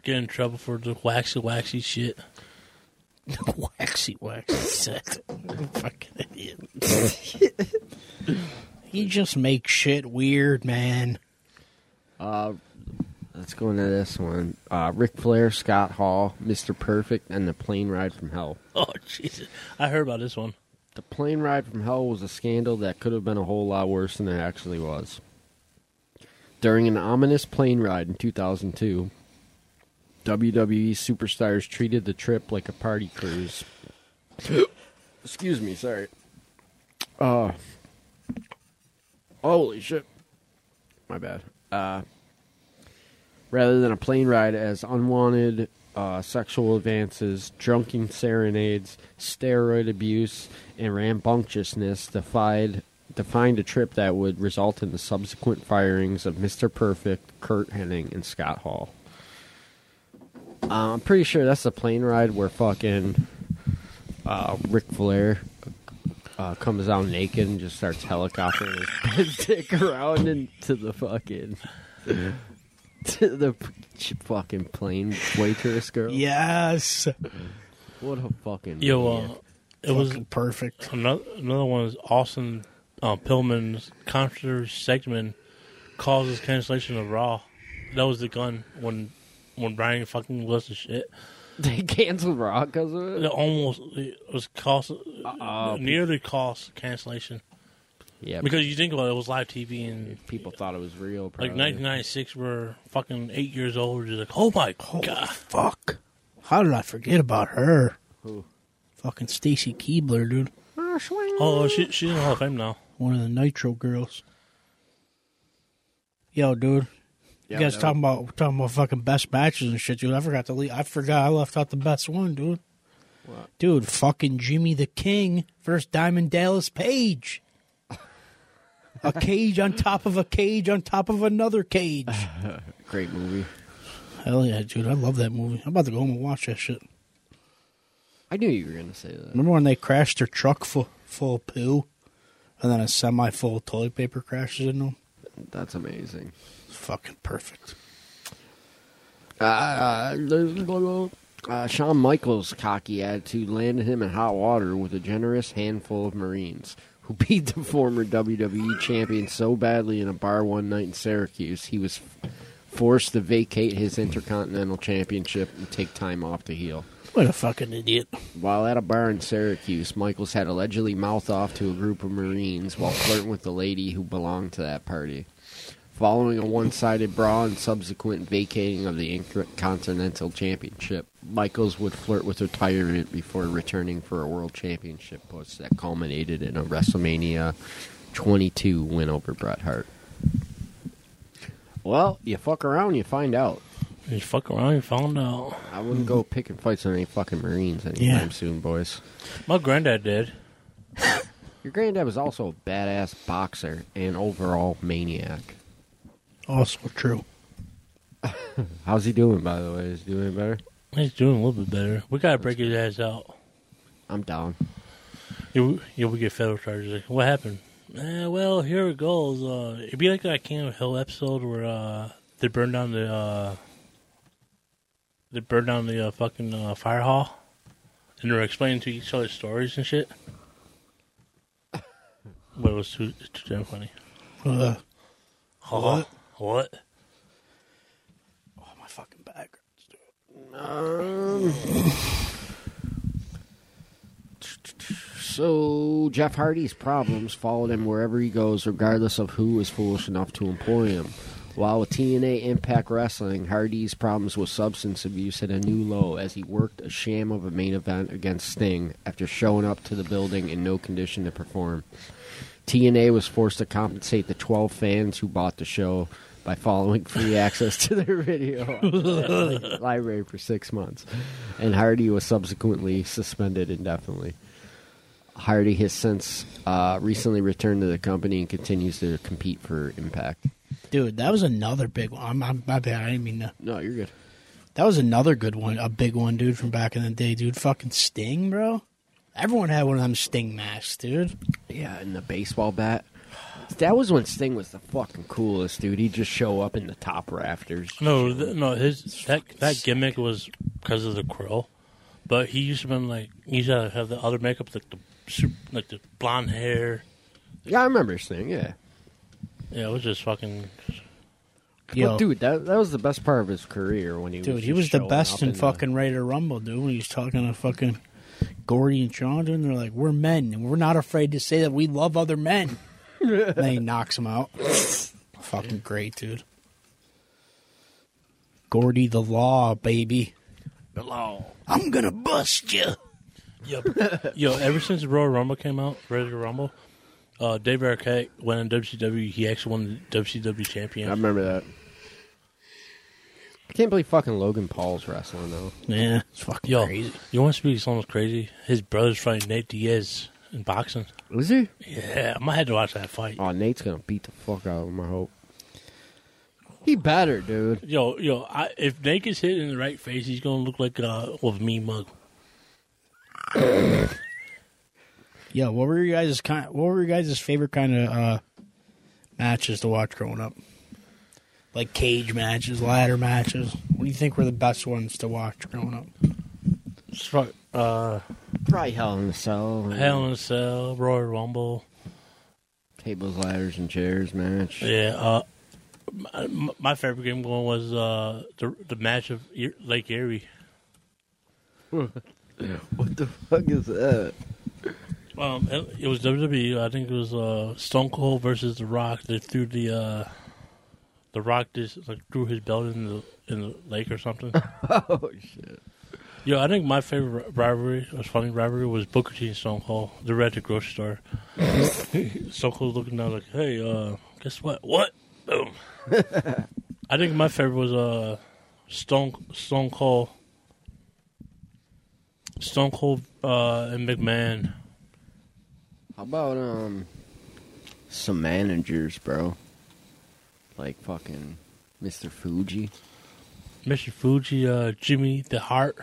D: getting in trouble for the waxy waxy shit.
C: Waxy waxy sex. Fucking idiot. he just makes shit weird, man.
B: Let's go into this one. Uh, Ric Flair, Scott Hall, Mr. Perfect, and the plane ride from hell.
D: Oh Jesus! I heard about this one.
B: The plane ride from hell was a scandal that could have been a whole lot worse than it actually was. During an ominous plane ride in 2002, WWE E superstars treated the trip like a party cruise. Excuse me, sorry. Uh, holy shit. My bad. Uh, rather than a plane ride as unwanted uh, sexual advances, drunken serenades, steroid abuse, and rambunctiousness defied, defined a trip that would result in the subsequent firings of Mr. Perfect, Kurt Hennig, and Scott Hall. Uh, I'm pretty sure that's the plane ride where fucking uh, Ric Flair uh, comes out naked and just starts helicoptering his dick around into the fucking to the p- fucking plane waitress girl.
C: Yes.
B: What a fucking
D: Yo,
B: idiot.
D: uh, it was
C: Fucking perfect.
D: another another one is Austin uh, Pillman's counter segment causes cancellation of Raw. That was the gun when when Brian fucking was the shit.
B: they canceled Raw because of
D: It
B: it.
D: almost it was cost nearly cost cancellation
B: Yeah,
D: because you think about it, it was live TV and
B: people thought it was real. Probably.
D: like 1996 we're fucking eight years old. You're like, oh my god,
C: Fuck. How did I forget about her?
B: Who?
C: Fucking Stacy Keebler, dude.
D: oh she, she's in the Hall of Fame now.
C: One of the Nitro girls. Yo, dude. you guys talking about talking about fucking best matches and shit, dude. I forgot to leave. I forgot I left out the best one, dude.
B: What?
C: Dude, fucking Jimmy the King versus Diamond Dallas Page. a cage on top of a cage on top of another cage.
B: great movie.
C: Hell yeah, dude. I love that movie. I'm about to go home and watch that shit.
B: I knew you were gonna say that.
C: Remember when they crashed their truck full, full of poo? And then a semi full of toilet paper crashes into them?
B: That's amazing.
C: It's fucking perfect.
B: Uh, uh, Shawn Michaels' cocky attitude landed him in hot water with a generous handful of Marines who beat the former WWE champion so badly in a bar one night in Syracuse he was forced to vacate his Intercontinental Championship and take time off to heal.
C: What a fucking idiot.
B: While at a bar in Syracuse, Michaels had allegedly mouthed off to a group of Marines while flirting with the lady who belonged to that party. Following a one sided brawl and subsequent vacating of the Continental Championship, Michaels would flirt with retirement before returning for a World Championship push that culminated in a WrestleMania 22 win over Bret Hart. Well, you fuck around, you find out.
D: And you fuck around, you found out.
B: I wouldn't go picking fights with any fucking Marines anytime
C: Yeah.
B: soon, boys.
D: My granddad did.
B: Your granddad was also a badass boxer and overall maniac.
C: Also true.
B: How's he doing, by the way? Is he doing better?
D: He's doing a little bit better. We gotta break his ass out.
B: I'm down.
D: Yeah, we, yeah, we get federal charges. Like, what happened? Eh, well, here it goes. Uh, it'd be like that King of Hill episode where uh, they burned down the uh, they burned down the uh, fucking uh, fire hall, and they were explaining to each other stories and shit. but it was too it's too damn funny.
C: Uh,
D: Huh?
C: What?
D: What?
C: oh, my fucking back. hurts, dude.
B: Um, So, Jeff Hardy's problems followed him wherever he goes, regardless of who is foolish enough to employ him. While with TNA Impact Wrestling, Hardy's problems with substance abuse hit a new low as he worked a sham of a main event against Sting after showing up to the building in no condition to perform. TNA was forced to compensate the 12 fans who bought the show by following free access to their video library for six months. And Hardy was subsequently suspended indefinitely. Hardy has since uh, recently returned to the company and continues to compete for Impact.
C: Dude, that was another big one. I'm, I'm, my bad. I didn't mean to.
B: No, you're good.
C: That was another good one. A big one, dude, from back in the day, dude. Fucking Sting, bro. Everyone had one of them Sting masks, dude.
B: Yeah, and the baseball bat. That was when Sting was the fucking coolest, dude. He'd just show up in the top rafters.
D: No, th- no. His that that gimmick was because of the crow, But he used to been like he used to have the other makeup, like the super, like the blonde hair.
B: Yeah, I remember his thing. Yeah.
D: Yeah, it was just fucking.
C: Yo,
B: But dude, that that was the best part of his career when he
C: dude,
B: was
C: he
B: just
C: was the
B: showing up
C: best in
B: and, uh,
C: fucking Ready to Rumble, dude. When he was talking to fucking Gordy and Chandra, and they're like, "We're men, and we're not afraid to say that we love other men." and then he knocks him out. fucking great, dude. Gordy the Law, baby.
D: The law.
C: I'm gonna bust you.
D: Yep. Yo, ever since Royal Rumble came out, Ready to Rumble, uh, Dave Arquette went in WCW. He actually won the WCW
B: I
D: championship.
B: remember that. I can't believe fucking Logan Paul's wrestling though.
C: Yeah, it's fucking
D: Yo,
C: crazy.
D: you want to speak to someone who's crazy? His brother's fighting Nate Diaz in boxing.
B: Was he?
D: Yeah, I might have to watch that fight.
B: Oh, Nate's gonna beat the fuck out of him. I hope. He better, dude.
D: Yo, yo, I, if Nate gets hit in the right face, he's gonna look like uh, with me mug.
C: Yeah, what were your guys' kind? What were your guys' favorite kind of uh, matches to watch growing up? Like cage matches, ladder matches. What do you think were the best ones to watch growing up?
D: Fuck, uh,
B: Probably Hell in a Cell. and
D: Hell in a Cell, Royal Rumble.
B: Tables, ladders, and chairs match.
D: Yeah, uh, my, my favorite game going was uh, the the match of Erie- Lake Erie.
B: What the fuck is that?
D: Um, it, it was WWE. I think it was uh, Stone Cold versus The Rock. They threw the uh, the Rock just like threw his belt in the in the lake or something.
B: Oh shit!
D: Yo, I think my favorite ri- rivalry, it was funny rivalry, was Booker T and Stone Cold. They were at the grocery store. Stone Cold looking down like, hey, uh, guess what? What? Boom. I think my favorite was uh, Stone Stone Cold. Stone Cold uh, and McMahon.
B: How about um, some managers, bro? Like fucking Mr. Fuji,
D: Mr. Fuji, uh, Jimmy the Heart,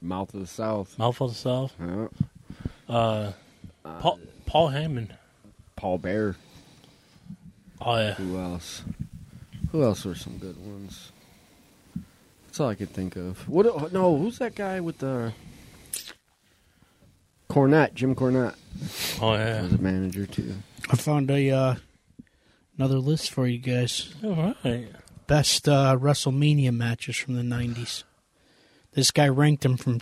B: Mouth of the South.
D: Mouth of the South,
B: Huh?
D: uh, Paul, Paul Heyman.
B: Paul Bear.
D: Oh, yeah.
B: Who else? Who else were some good ones? That's all I could think of. What? oh, No, who's that guy with the Cornette? Jim Cornette
D: Oh,
B: was
D: yeah.
B: a manager too.
C: I found a uh, another list for you guys.
D: All right.
C: Best uh, WrestleMania matches from the '90s. This guy ranked them from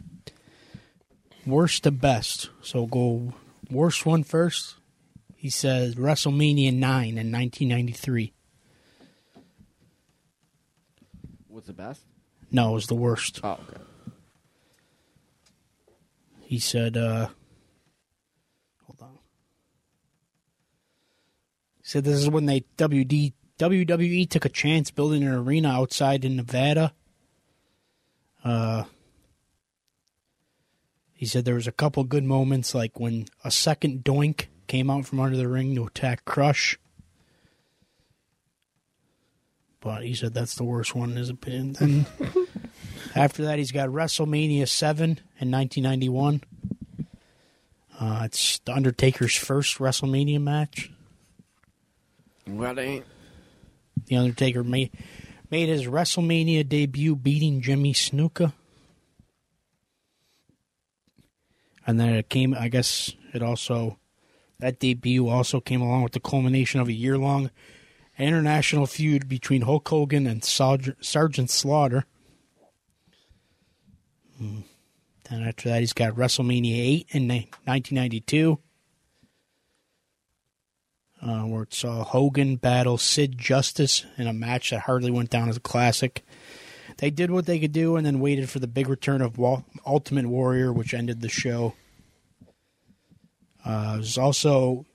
C: worst to best. So go worst one first. He says WrestleMania nine in 1993.
B: What's the best?
C: No, it was the worst.
B: Oh, okay.
C: He said, uh, hold on. He said this is when they WD, WWE E took a chance building an arena outside in Nevada. Uh, he said there was a couple good moments, like when a second doink came out from under the ring to attack Crush. But he said that's the worst one in his opinion. Then after that, he's got WrestleMania 7 in 1991. Uh, it's The Undertaker's first WrestleMania match.
B: What ain't?
C: The Undertaker made, made his WrestleMania debut beating Jimmy Snuka. And then it came, I guess it also, that debut also came along with the culmination of a year long international feud between Hulk Hogan and Sarge- Sergeant Slaughter. Hmm. Then after that, he's got WrestleMania 8 in ni- 1992 uh, where it saw Hogan battle Sid Justice in a match that hardly went down as a classic. They did what they could do and then waited for the big return of Wal- Ultimate Warrior, which ended the show. Uh, it was also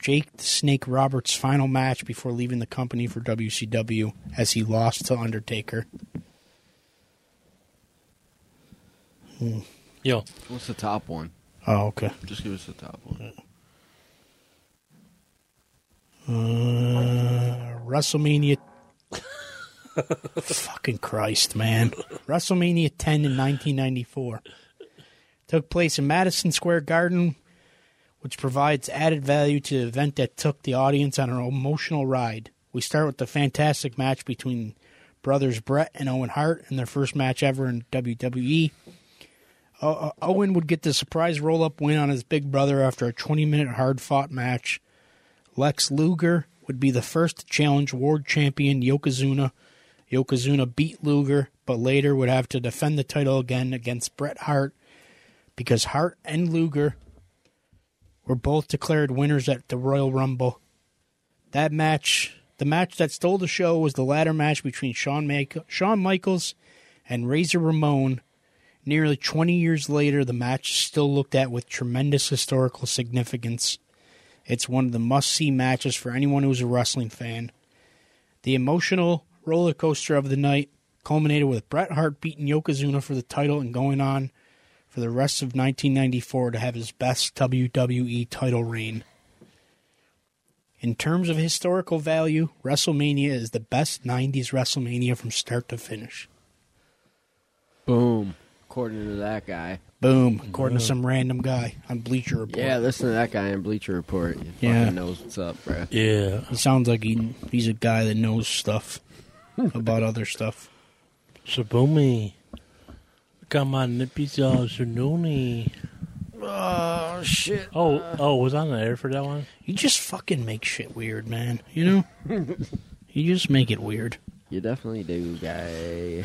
C: Jake the Snake Roberts' final match before leaving the company for WCW as he lost to Undertaker.
D: Yo,
B: What's the top one?
C: Oh, okay.
B: Just give us the top one.
C: Uh, WrestleMania. Fucking Christ, man. WrestleMania 10 in 1994. Took place in Madison Square Garden, which provides added value to the event that took the audience on an emotional ride. We start with the fantastic match between brothers Brett and Owen Hart in their first match ever in WWE. uh, E. Owen would get the surprise roll up win on his big brother after a 20 minute hard fought match. Lex Luger would be the first to challenge world champion Yokozuna. Yokozuna beat Luger, but later would have to defend the title again against Bret Hart because Hart and Luger were both declared winners at the Royal Rumble. That match, the match that stole the show, was the ladder match between Shawn, Mike- Shawn Michaels and Razor Ramon. Nearly 20 years later, the match is still looked at with tremendous historical significance. It's one of the must see matches for anyone who's a wrestling fan. The emotional roller coaster of the night culminated with Bret Hart beating Yokozuna for the title and going on for the rest of 1994 to have his best WWE title reign. In terms of historical value, WrestleMania is the best 90s WrestleMania from start to finish.
B: Boom. According to that guy.
C: Boom, according to some random guy on Bleacher Report.
B: Yeah, listen to that guy in Bleacher Report. He
C: Yeah.
B: fucking knows what's up, bro.
D: Yeah.
C: He sounds like he, he's a guy that knows stuff about other stuff.
D: Sabumi. Got my nippies uh Sununi.
B: Oh shit.
D: Oh, oh, was I on the air for that one?
C: You just fucking make shit weird, man. You know? you just make it weird.
B: You definitely do, guy.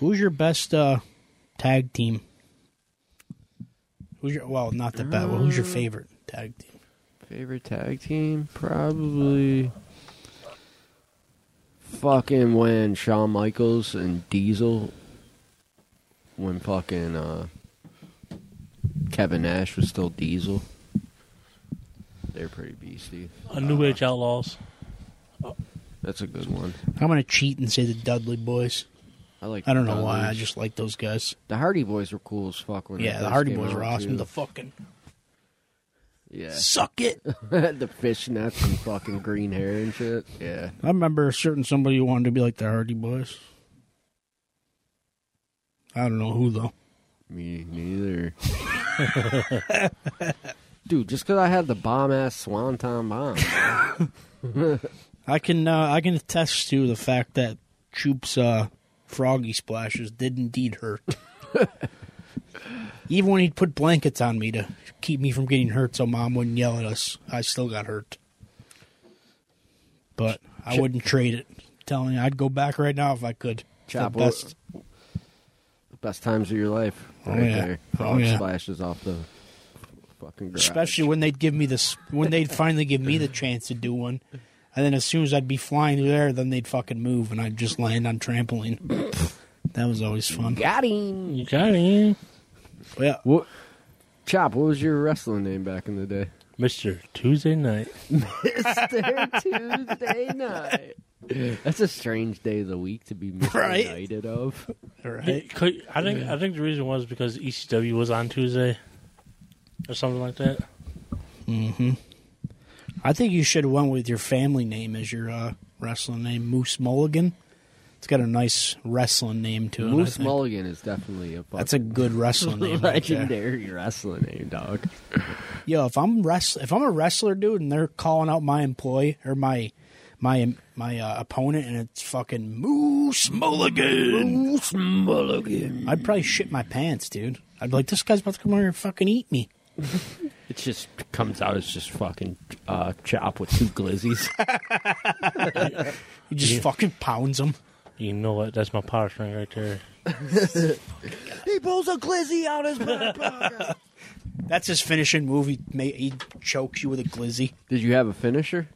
C: Who's your best uh, tag team? Who's your well, not the best. Well, who's
B: Uh.
C: your favorite tag team?
B: Favorite tag team? Probably fucking when Shawn Michaels and Diesel when fucking uh Kevin Nash was still Diesel. They're pretty beasty.
D: A New Age Outlaws.
B: That's a good one.
C: I'm gonna cheat and say the Dudley Boys.
B: I like
C: I don't know
B: Dudley's.
C: why. I just like those guys.
B: The Hardy Boys were cool as fuck. When they
C: Yeah, the
B: first
C: Hardy
B: came
C: Boys
B: out,
C: were awesome.
B: too.
C: The fucking
B: yeah,
C: suck it.
B: the fishnets and fucking green hair and shit. Yeah,
C: I remember a certain somebody who wanted to be like the Hardy Boys. I don't know who though.
B: me neither. Dude, just because I had the bomb ass swanton bomb,
C: I can uh, I can attest to the fact that Choop's uh, froggy splashes did indeed hurt. Even when he'd put blankets on me to keep me from getting hurt, so mom wouldn't yell at us, I still got hurt. But I wouldn't trade it. telling you, I'd go back right now if I could. It's the
B: Chop, what-
C: best.
B: best times of your life,
C: Oh,
B: right
C: yeah.
B: there.
C: Oh,
B: Frog
C: yeah.
B: splashes off the fucking garage.
C: especially when they'd give me this when they'd finally give me the chance to do one and then as soon as i'd be flying through there then they'd fucking move and i'd just land on trampoline that was always fun
B: got him.
D: You got him.
C: yeah
B: What? Chop, what was your wrestling name back in the day?
D: Mr. Tuesday night.
B: Mr. Tuesday night. That's a strange day of the week to be
C: Right?
B: misunited of.
C: all right
D: It could- I think I think the reason was because ECW was on Tuesday or something like that.
C: Mm-hmm. i think you should have went with your family name as your uh, wrestling name moose mulligan it's got a nice wrestling name to it I
B: Moose
C: think.
B: Mulligan is definitely a fucking
C: that's a good wrestling name right there.
B: legendary wrestling name, dog.
C: Yo, if I'm wrestl- if I'm a wrestler dude and they're calling out my employee or my my my uh, opponent and it's fucking Moose Mulligan. Moose Mulligan. I'd probably shit my pants, dude. I'd be like, this guy's about to come over here and fucking eat me.
E: It just comes out as just fucking uh, chop with two glizzies.
C: He just fucking pounds him.
D: You know what? That's my power string right there.
E: he pulls a glizzy out his back.
C: That's his finishing move. He, ma- he chokes you with a glizzy.
B: Did you have a finisher?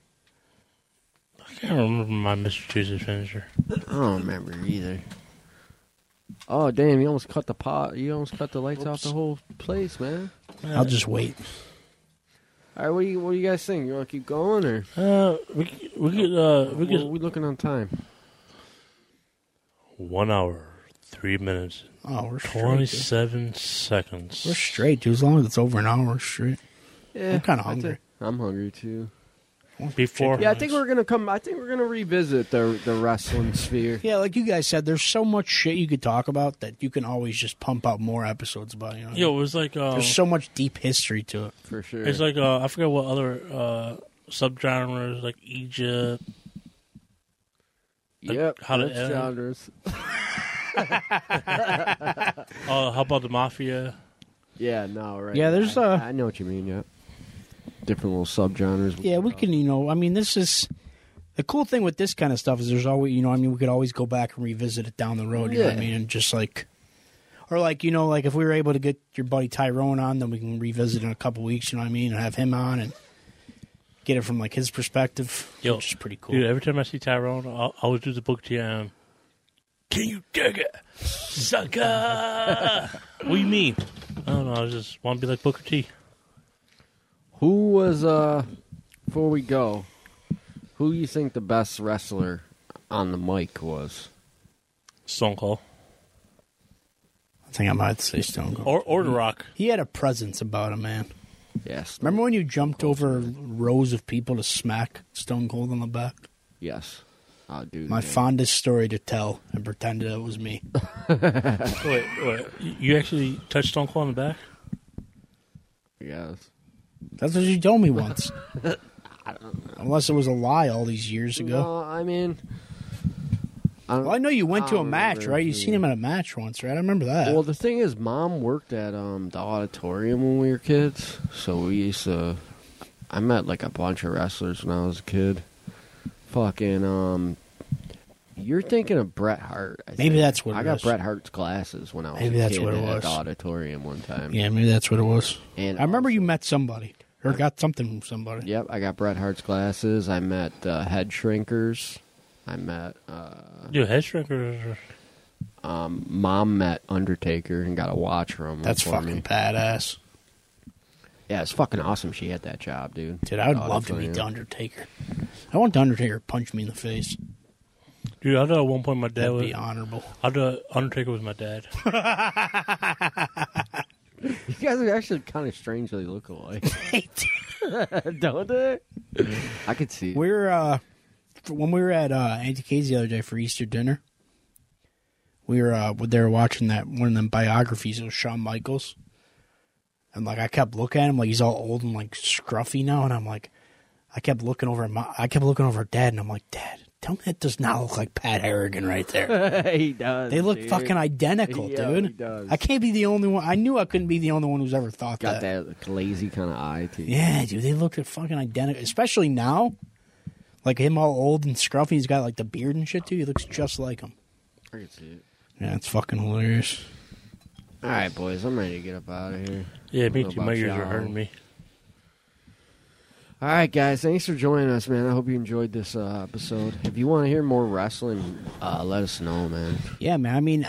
D: I can't remember my Mr. Tuesday finisher.
B: I don't remember either. Oh damn! You almost cut the pot. You almost cut the lights off the whole place, man.
C: I'll just wait.
B: All right, what do you what do you guys think? You want to keep going or
D: Uh, we c- we could uh we
B: we're,
D: could
B: we looking on time?
D: one hour, three minutes,
C: Oh, we're
D: twenty
C: straight. dude.
D: seven seconds.
C: We're straight, dude. As long as it's over an hour, we're straight.
B: Yeah,
C: I'm kinda
B: I thi-
C: hungry.
B: I'm hungry too.
D: Before
B: Yeah, I think we're gonna come. I think we're gonna revisit the the wrestling sphere.
C: Yeah, like you guys said, there's so much shit you could talk about that you can always just pump out more episodes about. You know?
D: yo, it was like uh,
C: There's so much deep history to it.
B: for sure.
D: it's like uh, I forget what other uh subgenres like Egypt.
B: yep,
D: how to
B: that's
D: end.
B: genres.
D: Uh, how about the mafia?
B: Yeah, no, right.
C: Yeah, there's,
B: I,
C: uh,
B: I know what you mean. Yeah, different little subgenres.
C: Yeah, we can, you know, I mean, this is the cool thing with this kind of stuff is there's always, you know, I mean, we could always go back and revisit it down the road. You know what I
B: Yeah.
C: mean? And just like, or like, you know, like if we were able to get your buddy Tyrone on, then we can revisit in a couple weeks, you know what I mean? And have him on and get it from like his perspective,
D: Yo,
C: which is pretty cool.
D: Dude, every time I see Tyrone, I'll I always do the book jam. Can you dig it, sucker? what do you mean? I don't know. I just want to be like Booker T.
B: Who was uh? Before we go, who you think the best wrestler on the mic was?
D: Stone Cold
C: I think I might say Stone Cold.
D: or or The Rock.
C: He had a presence about him, man.
B: Yes.
C: Remember when you jumped over rows of people to smack Stone Cold on the back?
B: Yes. I'll do
C: My
B: that.
C: fondest story to tell and pretended it was me.
D: Wait, wait. You actually touched Stone Cold on the back?
B: Yes.
C: That's what you told me once. Unless it was a lie all these years ago.
B: No, I mean, I don't,
C: Well, I know you went
B: I
C: to a
B: don't
C: match,
B: remember
C: right? You
B: who-
C: seen him at a match once, right? I remember that.
B: Well, the thing is, mom worked at um the auditorium when we were kids, so we used to. I met like a bunch of wrestlers when I was a kid. Fucking um, you're thinking of Bret Hart. I
C: Maybe
B: think.
C: that's what
B: I
C: it
B: got
C: was.
B: Bret Hart's glasses when I was
C: Maybe
B: a
C: that's
B: kid
C: what it
B: at
C: was.
B: the auditorium one time.
C: yeah, maybe that's what it was.
B: and
C: I remember
B: also-
C: you met somebody or got something from somebody.
B: Yep, I got Bret Hart's glasses. I met uh, Head Shrinkers. I met uh,
D: Dude, head shrinker.
B: um, mom met Undertaker and got a watch from him.
C: That's
B: for
C: fucking
B: me.
C: badass.
B: Yeah, it's fucking awesome. She had that job, dude.
C: Dude, I would
B: Oh,
C: love to
B: definitely,
C: meet
B: yeah.
C: The Undertaker. I want The Undertaker to punch me in the face.
D: Dude, I thought at one point my dad
C: That would
D: was.
C: be honorable.
D: I thought Undertaker was my dad.
B: You guys are actually kind of strangely look alike, don't they? I could see.
C: We were uh, f- when we were at uh, Auntie Kay's the other day for Easter dinner. We were uh, they were watching that one of them biographies of Shawn Michaels, and like I kept looking at him like he's all old and like scruffy now, and I'm like, I kept looking over at my I kept looking over at Dad, and I'm like, Dad, tell me that does not look like Pat Harrigan right there.
B: he does.
C: They look
B: dude.
C: fucking identical,
B: Yeah, he
C: dude.
B: does.
C: I can't be the only one. I knew I couldn't be the only one who's ever thought
B: Got that like, lazy kind of eye too.
C: uh, yeah, dude, they look at fucking identical, especially now. Like him, all old and scruffy. He's got like the beard and shit too. He looks just like him.
B: I could see it.
C: Yeah, it's fucking hilarious.
B: All right, boys, I'm ready to get up out of here.
D: Yeah,
B: I
D: me
B: don't
D: too.
B: know
D: My
B: about
D: ears are
B: y'all.
D: hurting me.
B: All right, guys, thanks for joining us, man. I hope you enjoyed this uh, episode. If you want to hear more wrestling, uh, let us know, man.
C: Yeah, man. I mean,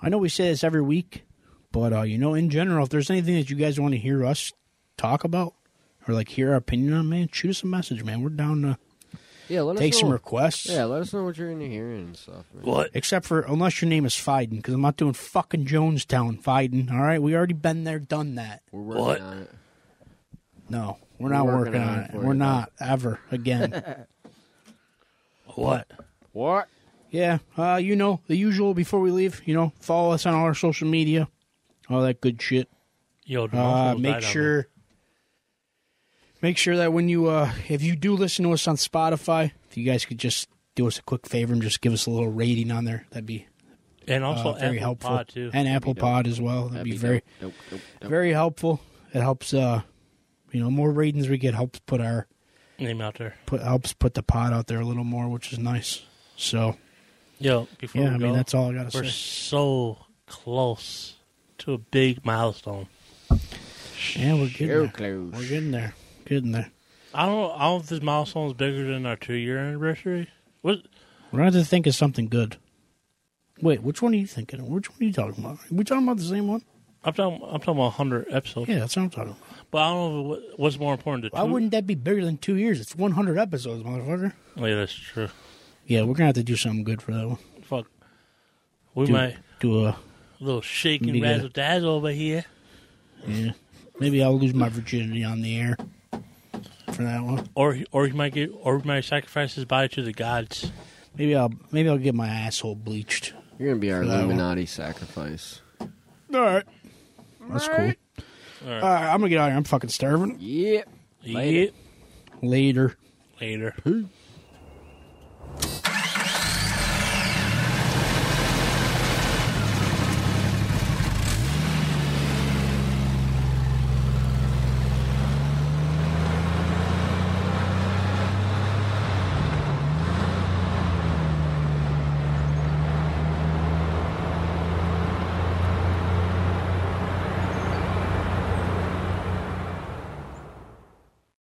C: I know we say this every week, but uh, you know, in general, if there's anything that you guys want to hear us talk about or like hear our opinion on, man, shoot us a message, man. We're down to
B: Yeah, let
C: take
B: us know.
C: some requests.
B: yeah, let us know what you're into hearing and stuff. Man.
D: What?
C: Except for unless your name is Fiden, because I'm not doing fucking Jonestown Fiden. All right, we already been there, done that.
B: We're working
D: What?
B: on it.
C: No, we're not
B: We're
C: working, on it.
B: for
C: We're
B: you,
C: not ever again.
D: What?
B: What?
C: yeah, uh, you know the usual. Before we leave, you know, follow us on all our social media, all that good shit.
D: Yo, the
C: Uh,
D: muscles died
C: make
D: on
C: sure, make sure that when you, uh, if you do listen to us on Spotify, if you guys could just do us a quick favor and just give us a little rating on there, that'd be
D: me. and
C: uh,
D: also
C: very
D: Apple
C: helpful.
D: Pod, too.
C: And Apple
B: dope.
C: Pod as well. That'd,
B: That'd
C: be,
B: be dope.
C: very,
B: Nope, nope, nope.
C: very helpful. It helps. uh You know, more ratings we get helps put our
D: name out there.
C: put helps put the pod out there a little more, which is nice. So
D: Yo, before
C: yeah,
D: we
C: I
D: go,
C: mean that's all I gotta
D: we're
C: say.
D: so close to a big milestone.
C: Yeah, we're getting
B: Very
C: there.
B: close.
C: We're getting there. Getting there.
D: I don't. I don't know if this milestone is bigger than our two-year anniversary. What?
C: We're gonna have to think of something good. Wait, which one are you thinking? of? Which one are you talking about? Are we talking about the same one?
D: I'm talking. I'm talking about hundred episodes.
C: Yeah, that's what I'm talking about.
D: But I don't know what, what's more important. To
C: Why wouldn't that be bigger than two years? It's 100 episodes, motherfucker.
D: Yeah, that's true.
C: Yeah, we're gonna have to do something good for that one.
D: Fuck. We
C: Do,
D: might
C: do a
D: a little shaking
C: Be good.
D: razzle dazzle over here.
C: yeah. Maybe I'll lose my virginity on the air for that one.
D: Or he- or he might get or he might sacrifice his body to the gods.
C: Maybe I'll maybe I'll get my asshole bleached.
B: You're gonna be our
C: For that one.
B: Illuminati sacrifice.
C: All right, that's cool. All right,
D: All right.
C: I'm gonna get out of here. I'm fucking starving.
B: Yep.
D: Yeah.
C: Later.
D: Later.